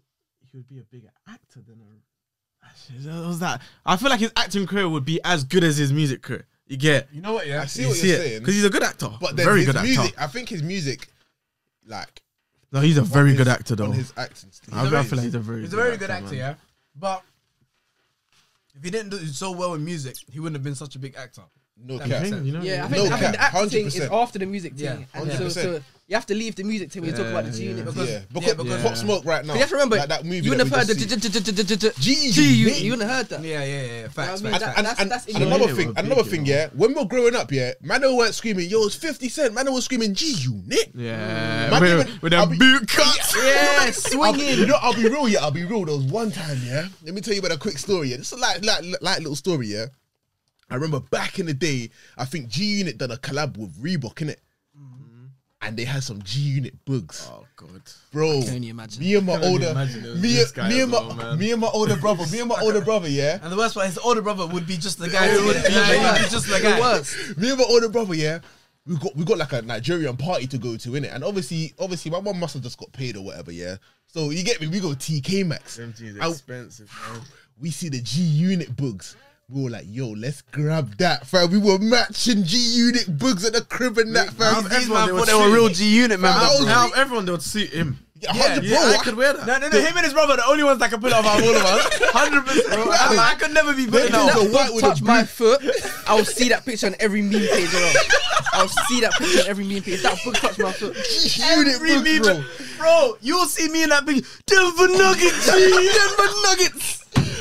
S2: he would be a bigger actor than a. Actually, What was that? I feel like his acting career would be as good as his music career. You get
S4: You know what? Yeah.
S3: I see what you're saying.
S2: because he's a good actor,
S3: But then
S2: very
S3: his
S2: good
S3: music,
S2: actor.
S3: I think his music, like,
S2: No, he's a very good actor though.
S3: on his acting.
S2: I feel like he's a very,
S4: He's a very good actor, yeah. But if he didn't do so well in music, he wouldn't have been such a big actor.
S3: No
S4: That makes
S3: cap.
S4: sense.
S2: You know,
S5: Yeah,
S3: No
S5: I think, I think
S3: cap,
S5: the acting is
S3: 100%.
S5: after the music
S4: Yeah,
S5: team. and so,
S3: 100%.
S5: so you have to leave the music team when you talk about the G
S2: Yeah,
S5: unit.
S2: yeah.
S5: Because
S3: Yeah, because,
S4: Yeah,
S3: because
S4: because-
S3: Pop Smoke right now.
S5: But you have to remember,
S3: like that movie.
S5: you wouldn't
S3: that
S5: have heard
S3: we
S5: the
S3: just
S5: d- d- d- d- d- d-
S3: G-
S5: G unit.
S3: G-
S5: You wouldn't have heard that.
S4: Yeah, yeah, yeah. yeah. Facts,
S5: I mean,
S4: facts,
S5: that-
S4: facts.
S5: that's-
S3: and,
S5: that's
S3: and,
S5: in
S3: and
S5: your
S3: another
S2: head.
S3: thing,
S2: Big,
S3: another
S2: you
S3: thing,
S2: know.
S3: yeah. When we were growing up, yeah, man, they weren't screaming, "Yo, it's 50 Cent." Man, they were screaming, "G Unit."
S2: yeah.
S3: Man,
S2: with,
S3: even-
S2: with
S3: I'll be-
S2: them boot cuts.
S5: Yeah,
S3: I'll,
S5: swinging.
S3: you know, I'll be real, yeah. I'll be real. There was one time, yeah. Let me tell you about a quick story. Yeah, just a light, light, light little story, yeah. I remember back in the day, I think G Unit done a collab with Reebok, innit? And they had some G Unit bugs,
S2: Mm-hmm. Oh god.
S3: bro.
S5: can only imagine.
S3: Me and my
S2: can only
S3: older,
S2: imagine it was
S3: me,
S2: this guy
S3: me
S2: as
S3: and
S2: well,
S3: my,
S2: man.
S3: me and my older brother, me and my older brother, yeah.
S4: And the worst part, his older brother would be just the guy. who would-
S5: The
S4: Yeah, he would be
S5: worst.
S4: just the
S5: The
S4: guy.
S5: worst.
S3: me and my older brother, yeah, we got we got like a Nigerian party to go to, innit? And obviously, obviously, my mum must have just got paid or whatever, yeah. So you get me, we go TK Maxx. I-
S2: expensive.
S3: we see the G Unit bugs. We were like, yo, let's grab that, fam. We were matching G Unit bugs at the crib and that, fam.
S2: Everyone thought they
S3: were
S2: were real G Unit
S3: That
S2: members.
S3: was
S2: Now
S3: me.
S2: everyone they would suit him.
S3: Yeah, 100
S2: yeah,
S3: bro,
S2: I
S3: I-
S2: could wear that.
S4: No, no, no. Him and his brother are the only ones that can pull it off out of all of us. Hundred percent. I'm like, I could never be
S3: Maybe
S4: putting out.
S3: the
S5: That
S3: white
S5: bug
S3: with the
S5: touch my foot. I'll see that picture on every meme page around. I'll see that picture on every meme page. That book touched my foot.
S3: G Unit
S4: Every
S3: bugs,
S4: meme,
S3: bro.
S4: bro. you will see me in that big Denver Nuggets, G, Denver Nuggets.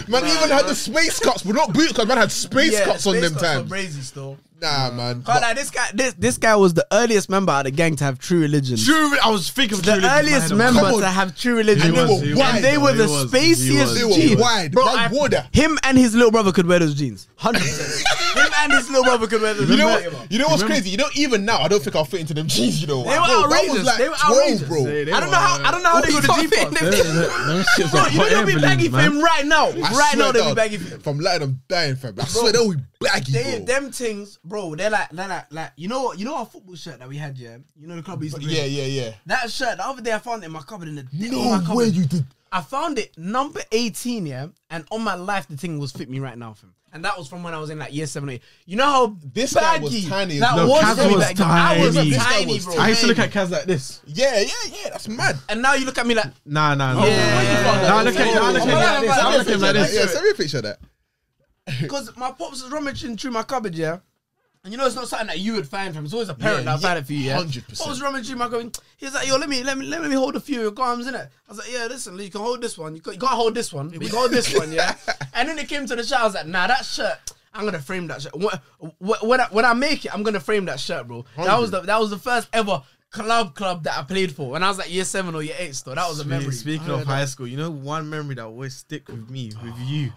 S3: Man, even had the space cuts, but not boot cuts. Man had space cuts on
S4: space
S3: them
S4: cuts were
S3: times.
S4: Crazy still.
S3: Nah, man.
S4: But like this guy, this this guy was the earliest member of the gang to have true religion.
S2: True, I was thinking of
S4: The
S2: True Religion in my
S4: earliest
S2: head, I was
S3: Come
S4: member
S3: on.
S4: to have true religion.
S3: And they were
S2: he
S3: wide,
S4: And they were the
S2: though, he was, he
S4: spaciest
S2: was.
S3: They
S4: G.
S3: were wide,
S4: Bro,
S3: man,
S4: I-
S3: water.
S4: Him and his little brother could wear those jeans. 100%. him and his little brother could wear the
S3: You know,
S4: the-
S3: what, you know what's crazy? You know, even now, I don't think I'll fit into them jeans. You know,
S4: They were
S3: Bro, that
S4: outrageous.
S3: was like
S4: They were
S3: 12,
S4: outrageous.
S3: bro.
S2: They- they
S4: I don't know how I don't know how they got the G
S5: Fucking-
S2: Them, them shits
S4: Bro,
S2: are
S4: you know
S2: hot
S4: they'll
S2: air
S4: be baggy
S2: balloons,
S4: for him
S2: man.
S4: right now.
S3: I
S4: right
S3: swear
S4: now they'll
S3: down,
S4: be baggy for him.
S3: From light, I'm dying, fam. I swear they'll be baggy,
S4: They,
S3: bro.
S4: them things, bro. They're like, they're like, like you know, what? you know our football shirt that we had, yeah. You know the club we used to play.
S3: Yeah, yeah, yeah.
S4: That shirt the other day I found it in my cupboard in the dip of my
S3: No
S4: cupboard.
S3: way you did.
S4: I found it number 18, yeah. And on my life, the thing was fit me right now, fam. And that was from when I was in like year seven, eight. You know how
S3: This guy
S4: baggy
S3: was tiny as
S4: that
S3: well.
S2: No,
S4: was.
S2: Kaz
S4: very
S2: was
S4: baggy. I was tiny,
S2: tiny. This
S3: guy was
S4: bro.
S2: I used to look at Kaz like this.
S3: Yeah, yeah, yeah. That's mad.
S4: And now you look at me like,
S2: Nah, nah, nah.
S4: Yeah.
S2: Nah, look at him. Nah, look at him like
S3: Send
S2: this. Nah, look at
S3: me a
S2: him like
S3: picture of that. Yeah,
S2: this.
S3: send me a picture of that.
S4: because my pops was rummaging through my cupboard, yeah. And you know it's not something that you would find from. It's always a parent
S3: Yeah,
S4: that found
S3: yeah,
S4: it for you, yeah.
S3: 100%.
S4: I was rummaging through my cupboard. He's like, yo, let me, let me, let me hold a few of your garms in it. I was like, yeah, listen, you can hold this one. You can, you can't hold this one. You can hold this one, yeah. And then it came to the shirt. I was like, nah, that shirt. I'm gonna frame that shirt. When, when, I, when I make it, I'm gonna frame that shirt, bro. That was the that was the first ever club club that I played for when I was like year seven or year eight. Still, that was a memory.
S2: Speaking of high school, you know one memory that always stick with me, with you, with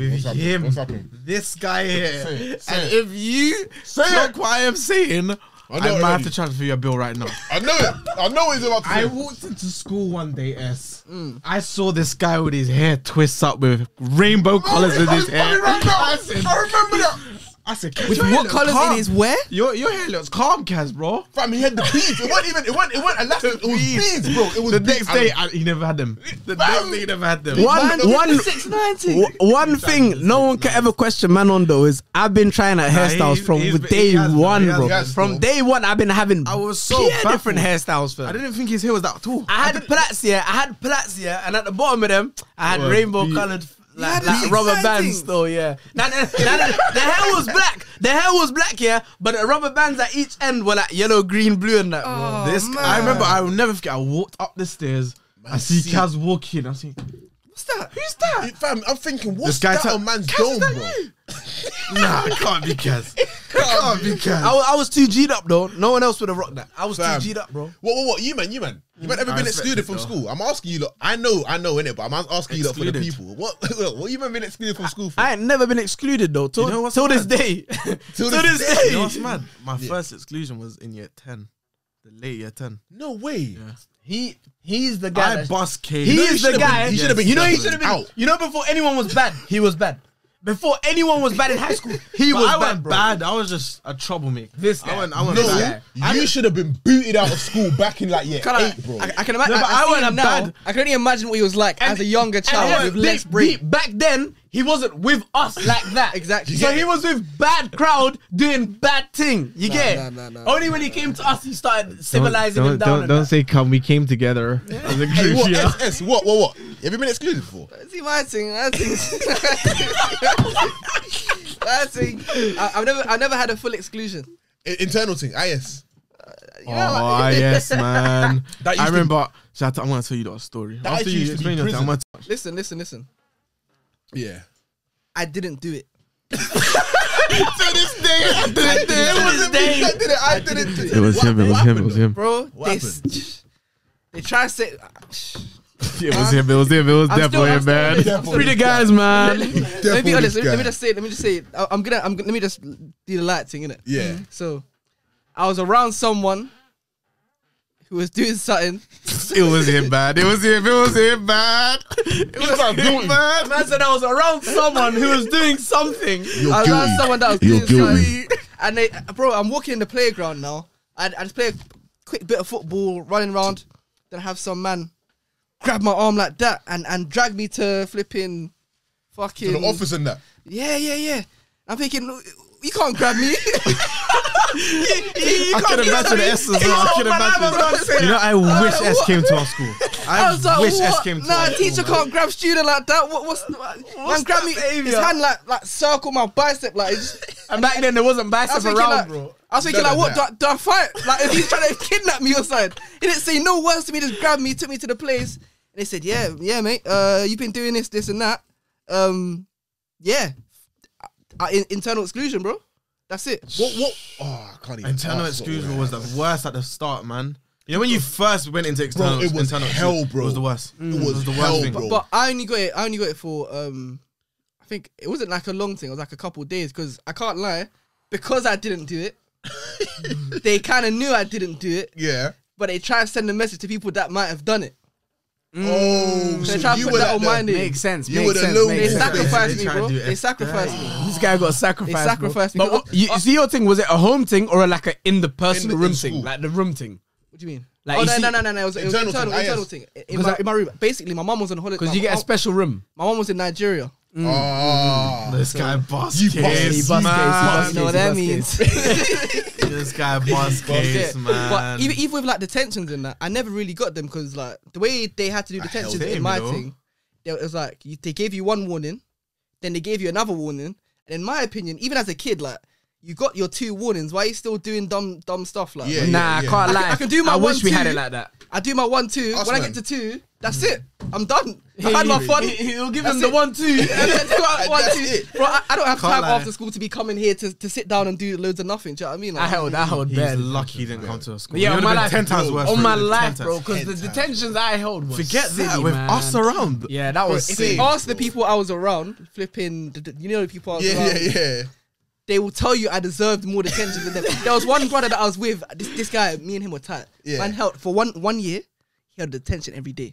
S3: Oh, What's happening?
S2: him,
S3: What's happening?
S2: this guy here.
S3: Say it, say
S2: and
S3: it.
S2: if you
S3: Say
S2: talk
S3: it.
S2: what I am saying, I,
S3: know
S2: might have
S3: already.
S2: to transfer your bill right now.
S3: I know it. I know he's about to.
S2: I
S3: say.
S2: walked into school one day, S. I saw this guy with his hair twists up with Oh, rainbow colours in his
S3: eh?
S2: hair. I said,
S3: I remember that.
S2: I said,
S5: With
S2: "Your hair
S5: what
S2: looks
S5: colours
S2: calm.
S5: in his where?
S2: Your, your hair looks calm, Kaz, bro.
S3: Fam, he had the beads. It wasn't even. It wasn't. It wasn't elastic. It was
S2: Beads.
S3: beads, bro. It was
S2: the
S3: beads.
S2: next day, I, he never had them. The next
S3: Fam.
S2: day, he never had them.
S3: What?
S4: One,
S3: Man,
S4: one,
S5: Six ninety.
S4: W- one thing no one can ever question Manondo is I've been trying out hairstyles
S2: he-
S4: from
S2: he's-
S4: day
S2: he has been-
S4: one,
S2: he has
S4: bro.
S3: been.
S4: From day one, I've been having I
S2: was so baffled.
S4: different hairstyles. Fam.
S2: I
S4: I,
S2: didn't think his hair was that tall.
S4: had plaits here, I had plaits here, and at the bottom of them, I had
S2: Word.
S4: rainbow
S2: You-
S4: coloured. Like,
S5: had
S4: like
S5: these
S4: rubber
S5: exciting-
S4: bands, though, yeah. Now, now, now, now, the hair was black. The hair was black, yeah. But the rubber bands at each end were like yellow, green, blue, and that. Bro.
S2: This, I remember, I will never forget. I walked up the stairs. I see,
S3: see-
S2: Kaz walking. I see
S5: What's that?
S2: who's that?
S3: Fam, I'm thinking, what's
S2: This guy
S3: that
S2: ta-
S3: on man's
S2: Kaz,
S3: dome,
S2: is that
S3: bro?
S2: you? nah, it can't be Kaz. It can't be Kaz.
S4: I, wa- I was too G'd up, though. No one else would have rocked that. I was
S3: Fam.
S4: too G'd up, bro.
S3: What, what, what? You man, you man. You man ever
S2: I
S3: been
S2: respect
S3: excluded
S2: it,
S3: from
S2: though.
S3: school? I'm asking you, look, I know, I know, innit? But I'm asking you, look, for the
S2: Excluded.
S3: people. What, look, what you man been excluded from school for?
S4: I ain't never been excluded though. Till,
S2: You know what's
S4: till this
S2: mad?
S4: day. till this, day.
S2: You know what's mad? My first exclusion was in year 10, the late year 10.
S3: no way.
S4: He he's the guy.
S2: I
S4: that-
S2: bust K.
S4: he
S3: know he
S4: is the
S3: should've been-
S4: guy.
S3: he should've been-
S4: You know he should
S3: should've
S4: have been.
S3: been out.
S4: You know before anyone was bad, he was bad. Before anyone was bad in high school, he
S2: But
S4: was
S2: I
S4: bad,
S2: went
S4: bro.
S2: bad. I was just a troublemaker.
S4: This guy.
S2: I went, I went
S3: No,
S2: bad.
S3: you should have been booted out of school back in like year
S5: Can I,
S3: eight, bro.
S5: I, I can imagine.
S2: No, but
S5: I,
S2: I
S5: see
S2: went
S5: him
S2: a
S5: now.
S2: bad-
S5: I can only imagine what he was like as a younger
S4: And
S5: child
S4: then
S5: with less
S4: be-
S5: brain.
S4: be- back then, he wasn't with us like that.
S5: Exactly.
S4: So
S5: Yeah.
S4: he was with bad crowd doing bad thing. You get it?
S5: nah, nah, nah,
S4: Only when he came to us, he started civilizing him down. and that.
S2: say come. We came together as a
S3: Hey,
S2: group.
S3: what, S, S, what, what, what? Have you been excluded for?
S5: See my thing, my thing, my thing. I, I've never, I've never had a full exclusion.
S3: I- internal thing, IS.
S5: You know,
S2: Oh ah,
S5: like-
S2: yes, man.
S3: That used
S2: I
S3: to-
S2: remember. so I am gonna tell you that story.
S3: That
S2: After
S3: actually
S2: you
S3: used to be
S2: explain your thing, I'm gonna. T-
S5: Listen, listen, listen.
S3: Yeah.
S5: I didn't do it.
S3: To this day, I did it. It wasn't
S4: day.
S3: me that did it. I did it.
S2: it was him. It was him. It was him.
S5: Bro,
S3: What
S5: they, s- they try to say.
S2: It was him. It was him. It was
S5: I'm still- I'm
S2: definitely
S5: still-
S2: man.
S5: I'm
S3: still-
S2: Free the guys, man.
S5: Let me be
S3: Definitely
S5: honest. Let me,
S3: guy.
S5: let me just say. Let me just say. I, I'm gonna. I'm. gonna- Let me just do the light thing, innit?
S3: Yeah.
S5: So, I was around someone who was doing something.
S2: It was him, man. It was him. It was him, man. It was
S3: not
S2: him,
S3: doing.
S2: man.
S4: Man said I was around someone who was doing something.
S5: I was around someone that was doing
S3: guilty.
S5: something. And they, bro, I'm walking in the playground now. I, I just play a quick bit of football, running around. Then I have some man grab my arm like that and and drag me to flipping, fucking
S3: To the office and that.
S5: Yeah, yeah, yeah. I'm thinking, you can't grab me.
S2: I can imagine S as well. I can imagine. You know, I wish
S5: Like,
S2: S
S5: what?
S2: came to our school.
S5: I
S2: I
S5: was like,
S2: wish
S5: what?
S2: S came to
S5: Nah,
S2: our
S5: a
S2: school.
S5: teacher
S2: man.
S5: can't grab student like that. What, what's, what's man, grab
S4: that
S5: me. His
S4: behaviour?
S5: hand like like circle my bicep like. it's just-
S4: And back then there wasn't
S5: I was
S4: biceps
S5: thinking,
S4: around,
S5: like,
S4: bro.
S5: I was thinking
S3: No,
S5: like,
S3: no,
S5: what?
S3: no.
S5: Do, I- do I fight? Like, if he's trying to kidnap me or something. He didn't say no words to me. Just grabbed me, took me to the place, and they said, "Yeah, yeah, mate. Uh, you've been doing this, this, and that. Um, yeah, I, in, internal exclusion, bro. That's it.
S3: What, what? Oh, I can't even.
S2: Internal
S3: ask what
S2: exclusion was the worst at the start, man. You know when you first went into external,
S3: it was
S2: internal
S3: hell,
S2: exclusion,
S4: Mm.
S3: bro.
S2: It was the worst.
S3: It was
S2: the
S3: hell,
S2: worst thing.
S3: bro.
S5: But I only got it. I only got it for um. I think it wasn't like a long thing. It was like a couple of days because I can't lie, because I didn't do it. they kind of knew I didn't do it,
S3: Yeah.
S5: but they tried to send a message to people that might have done it.
S3: Oh,
S5: Mm. So they
S3: so
S5: tried to
S3: you
S5: put
S3: were
S5: that
S3: like
S5: on
S3: the-
S5: my name.
S4: Makes sense.
S3: You
S4: makes
S3: were the
S4: sense,
S3: lone
S5: They
S4: makes
S3: wolf.
S4: sense.
S5: sacrificed
S2: They
S5: me,
S2: tried to
S5: bro.
S2: do
S5: They sacrificed me.
S4: This guy got sacrificed. bro.
S5: sacrificed me.
S4: But what, you, you see, your thing was it a home thing or a, like an in the personal
S3: In- in
S4: room
S3: school.
S4: thing, like the room thing?
S5: What do you mean?
S4: Like,
S5: oh
S4: you
S5: no,
S4: see-
S5: no, no, no, no! It was, it was
S3: Internal
S5: internal,
S3: thing,
S5: internal,
S3: ah, yes.
S5: thing. In- In
S4: Because
S5: my,
S4: I-
S5: in my room, basically, my mum was on holiday.
S4: Because
S5: my
S4: you get
S2: Oh,
S4: a
S5: mum-
S4: special room.
S5: My mum was in Nigeria.
S3: Ah.
S2: This guy boss
S3: You
S2: case,
S3: boss
S2: man.
S5: You know what that means?
S2: This guy boss
S5: Yeah.
S2: case, man.
S5: But even, even with like detentions and that, I never really got them because like the way they had to do detentions
S2: held
S5: in
S2: him,
S5: my
S2: you know?
S5: thing, they, it was like you, they gave you one warning, then they gave you another warning, and in my opinion, even as a kid, like you got your two warnings. Why are you still doing dumb dumb stuff? Like
S3: Yeah,
S4: nah, I
S3: yeah.
S4: can't lie.
S5: I can do my
S4: I
S5: one,
S4: wish we had
S5: two.
S4: it like that.
S5: I do my one two.
S3: Us
S5: when I
S3: man.
S5: get to two, that's it. I'm done. I had my fun.
S4: He'll give
S5: him the
S4: one two.
S5: And then go out one,
S3: That's
S5: two.
S3: it.
S5: Bro, I, I don't have
S2: Can't
S5: time
S2: lie.
S5: after school to be coming here to, to sit down and do loads of nothing. Do you know what I mean?
S4: I
S5: Like,
S4: held. I held
S2: He's
S4: bad.
S2: lucky he didn't come to a school. He
S4: Yeah, on
S2: would've
S4: my
S2: been
S4: life,
S2: ten times
S4: bro.
S2: worse.
S4: on
S2: for
S4: my
S2: him,
S4: life,
S2: 10
S4: bro.
S2: times.
S4: Because the
S3: Ten times.
S4: detentions I held was
S2: Forget
S4: silly,
S2: that with
S4: man.
S2: us around.
S4: Yeah, that was
S5: if
S4: sick.
S5: you ask the people I was around, flipping, the, the- you know the people I was
S3: Yeah,
S5: around,
S3: yeah, yeah.
S5: they will tell you I deserved more detention than them. There was one brother that I was with. This, this guy, me and him were tight.
S3: Yeah.
S5: Man held for one one year. He held detention every day,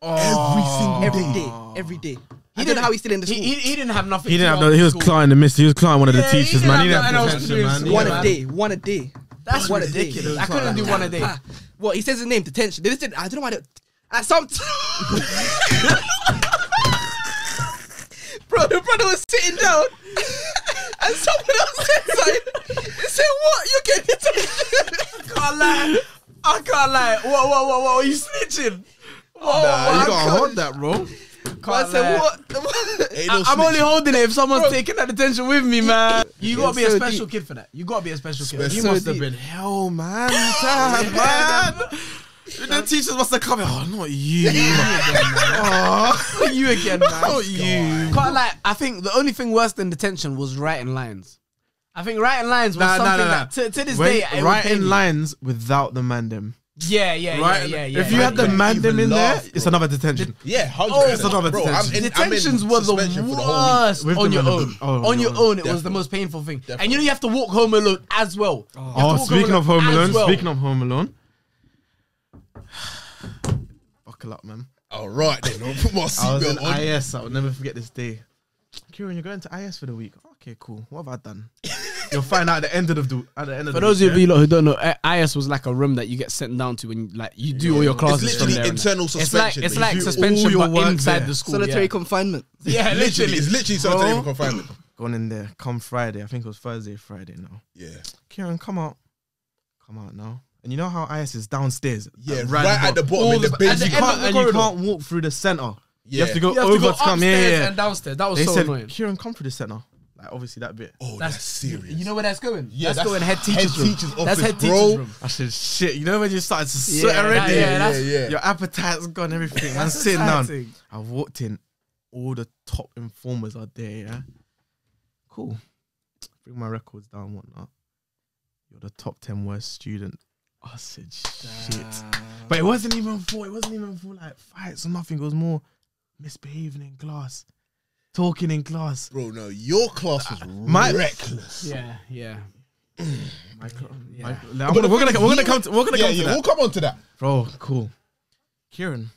S5: every day, every day. He didn't know how he's still in the
S4: He,
S5: school.
S4: he, he didn't have nothing.
S2: He
S4: to
S2: didn't
S4: do
S2: have no. He
S4: after
S2: was
S4: school.
S2: climbing the mist. He was climbing one of the
S4: Yeah, he
S2: teachers,
S4: didn't
S2: man.
S4: have
S2: He didn't
S4: nothing
S2: have
S4: else to do
S2: protection,
S4: in
S2: man.
S4: school.
S2: Yeah,
S5: one
S2: man.
S5: a day, one a day.
S4: That's
S5: One a day.
S4: ridiculous. I couldn't do one a day.
S5: Ah, Well, he says his name, detention. They just didn't. I don't know why. They, at some. T- Bro, the brother was sitting down, and someone else said something. He said, "What? You're getting detention?"
S4: can't lie. I can't lie. Whoa, whoa, whoa, whoa! Are you snitching? Oh,
S3: Nah,
S4: I
S3: you gotta
S4: can't-
S3: hold that, bro.
S5: I
S4: can't
S5: said,
S4: lie.
S5: "What?"
S3: Ain't no
S4: I, am
S3: snitching.
S4: only holding it if someone's taking that attention with me, man. You gotta be a
S5: so
S4: special kid for that. You gotta be a special kid.
S3: Special.
S4: You
S3: So
S4: must have
S5: deep.
S4: been.
S2: Hell, man. Damn, man. The teachers must have come. Oh, not you. oh,
S4: you again, man.
S2: not you.
S4: Quite like I think the only thing worse than detention was writing lines. I think writing lines was
S2: Nah, nah,
S4: something
S2: nah, nah.
S4: that to, to this
S2: When-
S4: day it would
S2: right
S4: pain
S2: in
S4: me.
S2: lines without the mandem.
S4: Yeah, yeah,
S2: Right,
S4: yeah, yeah, yeah.
S2: If you
S4: yeah,
S2: had the
S4: yeah.
S3: man-
S2: mandem
S3: Even
S2: in there,
S3: laugh,
S2: it's
S3: bro.
S2: another detention.
S3: Yeah,
S4: Oh,
S3: hundred
S4: it's
S2: another
S3: percent. Bro, I'm
S2: detention.
S3: in, I'm in
S4: Detentions were the
S3: suspension for the whole week.
S4: worst
S2: With
S4: on
S2: the
S4: your
S2: man-
S4: own.
S2: oh,
S4: on
S2: no,
S4: your
S2: no.
S4: own, it was the
S3: Definitely.
S4: most painful thing. And you know
S3: Definitely.
S4: you have to walk home alone as well. You have to
S2: Oh,
S4: walk
S2: speaking of Home
S4: as
S2: Alone,
S4: well.
S2: speaking of Home Alone. Buckle up, man.
S3: All right, then. I'll put my
S2: I was in
S3: seatbelt on.
S2: IS. I'll never forget this day. Kieran, you're going to IS for the week. Okay, cool. What have I done? You'll find out at the end of the at the end of
S4: For
S2: the
S4: those
S2: week,
S4: of you lot who don't know, I- IS was like a room that you get sent down to when like you do all your classes
S3: It's
S4: from there.
S3: literally internal
S4: it's like
S3: suspension.
S4: it's
S3: mate.
S4: like
S3: You do
S4: suspension
S3: all your
S4: but
S3: work
S4: inside
S2: there.
S4: the school.
S5: Solitary
S4: yeah.
S5: confinement.
S4: yeah,
S3: Literally,
S4: literally.
S3: it's literally solitary
S2: Bro.
S3: confinement.
S2: Gone in there. Come Friday. I think it was Thursday, Friday now.
S3: Yeah,
S2: Kieran, come out. Come out now. And you know how IS is downstairs?
S3: yeah,
S2: Like,
S3: right, at the bottom
S4: All
S3: in the
S4: the-
S2: And
S3: basement.
S2: you,
S4: At the end
S2: can't,
S4: of the
S2: and you
S4: corridor.
S2: can't walk through the center. You
S3: Yeah.
S2: have to go
S4: You have
S2: over
S4: to go
S2: to come. Yeah,
S4: upstairs
S2: yeah, yeah.
S4: and downstairs. That was
S2: They
S4: so
S2: said,
S4: annoying.
S2: Kieran, come through the center. Like, obviously, that bit.
S3: Oh, that's, serious.
S4: You know where that's going?
S3: Yeah,
S4: that's,
S3: that's
S4: going head
S3: head
S4: teacher's room.
S3: teacher's
S4: that's
S3: office,
S4: head
S3: bro.
S4: teacher's room.
S2: I said, shit. You know when you started to sweat
S4: Yeah,
S2: already?
S4: that- yeah,
S3: yeah,
S4: that's-
S3: yeah.
S2: Your appetite's gone, everything. man. sitting down.
S4: exciting.
S2: I walked in, all the top informers are there, yeah? Cool. Bring my records down, whatnot. You're the top 10 worst student. I said, shit. But it wasn't even for, it wasn't even for like fights or nothing. It was more misbehaving in class, talking in class.
S3: Bro, no, your class was
S2: my-
S3: reckless.
S4: Yeah, yeah.
S2: My cl-
S4: Yeah.
S2: my cl- I'm gonna- we're gonna, we're gonna come to, we're gonna
S3: Yeah,
S2: come to
S3: yeah,
S2: that.
S3: we'll come on to that.
S2: Bro, cool. Kieran,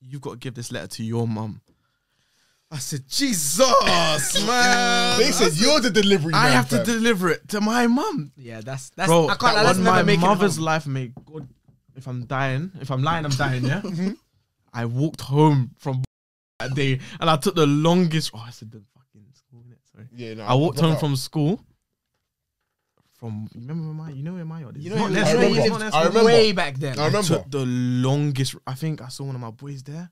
S2: you've got to give this letter to your mum. I said, Jesus, man.
S3: They said you're the delivery man.
S2: I have to
S3: fam.
S2: deliver it to my mum.
S4: Yeah, that's that's
S2: Bro,
S4: I can't
S2: that
S4: lie, that's
S2: was my
S4: never making
S2: mother's
S4: mother's
S2: life, mate. God, if I'm dying, if I'm lying, I'm dying, yeah?
S4: Mhm.
S2: I walked home from that day and I took the longest. Oh, I said the fucking school, innit? Sorry.
S3: Yeah, no,
S2: I walked
S3: fuck
S2: home
S3: out.
S2: from school. From you remember my you know where my yard is.
S4: You
S2: It's
S4: know
S2: not
S4: where
S2: their
S3: you
S2: school,
S3: live.
S2: it's
S3: I
S2: not their
S3: remember.
S2: school.
S4: way back then.
S3: I remember.
S2: took the longest. I think I saw one of my boys there.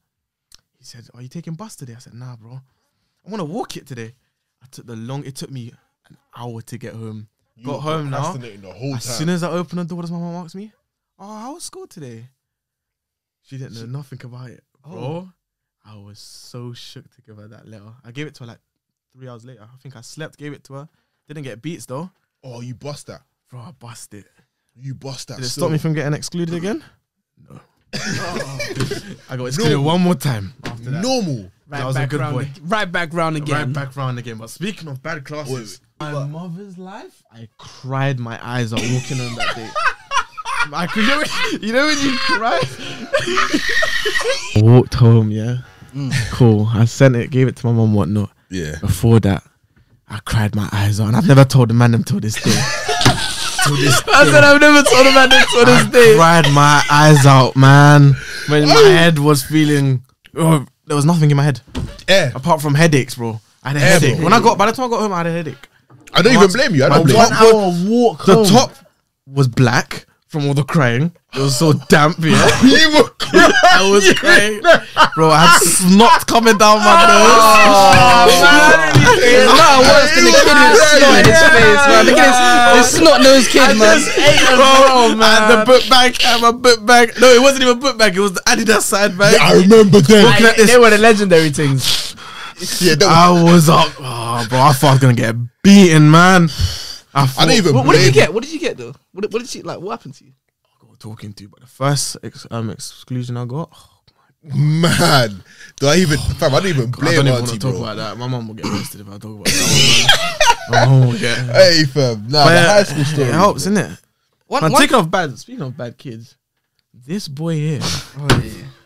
S2: He said, "Are you taking bus today?" I said, "Nah, bro. I want to walk it today." I took the long. It took me an hour to get home.
S3: You
S2: Got
S3: were
S2: home now.
S3: procrastinating The whole
S2: As
S3: time.
S2: soon as I open the door, does my mom ask me, "Oh, how was school today?" She didn't know nothing about it,
S3: Oh.
S2: bro. I was so shook to give her that letter. I gave it to her like three hours later. I think I slept, gave it to her. Didn't get beats though,
S3: oh, you bust that.
S2: bro. I bust it.
S3: You bust that.
S2: Did it
S3: so-
S2: stop me from getting excluded again? No. I got excluded
S3: No.
S2: one more time after that.
S3: Normal.
S4: Right
S2: That was a
S4: back
S2: good
S4: round,
S2: boy.
S4: Right back round again.
S2: Right back round again. But speaking of bad classes, my mother's life, I cried my eyes out walking on that day. I, cou- you, know, when- you know when you cry? Walked home, yeah. Cool. I sent it, gave it to my mum, whatnot.
S3: Yeah.
S2: Before that, I cried my eyes out, and I've never told the man them till this day. till this
S4: I said I've never told about this on this day.
S2: cried my eyes out, man. When my head was feeling, oh, there was nothing in my head
S3: Yeah.
S2: apart from headaches, bro. I had a
S3: Yeah,
S2: headache.
S3: bro.
S2: When I got by the time I got home, I had a headache.
S3: I don't even blame you. I
S2: My
S3: don't blame
S2: one
S3: you.
S2: hour walk. The home. top was black from all the crying. It was so damp, yeah.
S3: You were crying.
S2: I was crying, bro. I had snot coming down my nose.
S5: It's not worse than the kid with snot in his face, man. The kid is the snot nose kid, man.
S2: Bro,
S4: Oh,
S2: man. the book bag, I had my book bag. No, it wasn't even a book bag. It was the Adidas side bag.
S3: I remember that.
S2: Looking at this,
S4: They were the legendary things.
S3: Yeah, that was,
S2: I was up, oh, bro. I thought I was gonna get beaten, man. I, thought,
S3: I don't even
S5: What,
S3: blame
S5: what did you get? What did you get though? What, did- what did she like? What happened to you?
S2: Who I'm talking to, but the first ex- um, exclusion I got,
S3: Man, do I even? Fam, I don't even
S2: I
S3: blame
S2: don't even want
S3: Auntie,
S2: to talk
S3: bro.
S2: about that. My mom will get roasted if I talk about that. one, man. My mum will get.
S3: Hey, fam, nah, the
S2: But, uh,
S3: high school story.
S2: It helps, isn't it?
S5: One,
S2: Man,
S5: one-
S2: speaking of bad, speaking of bad kids, this boy here,
S4: Oh,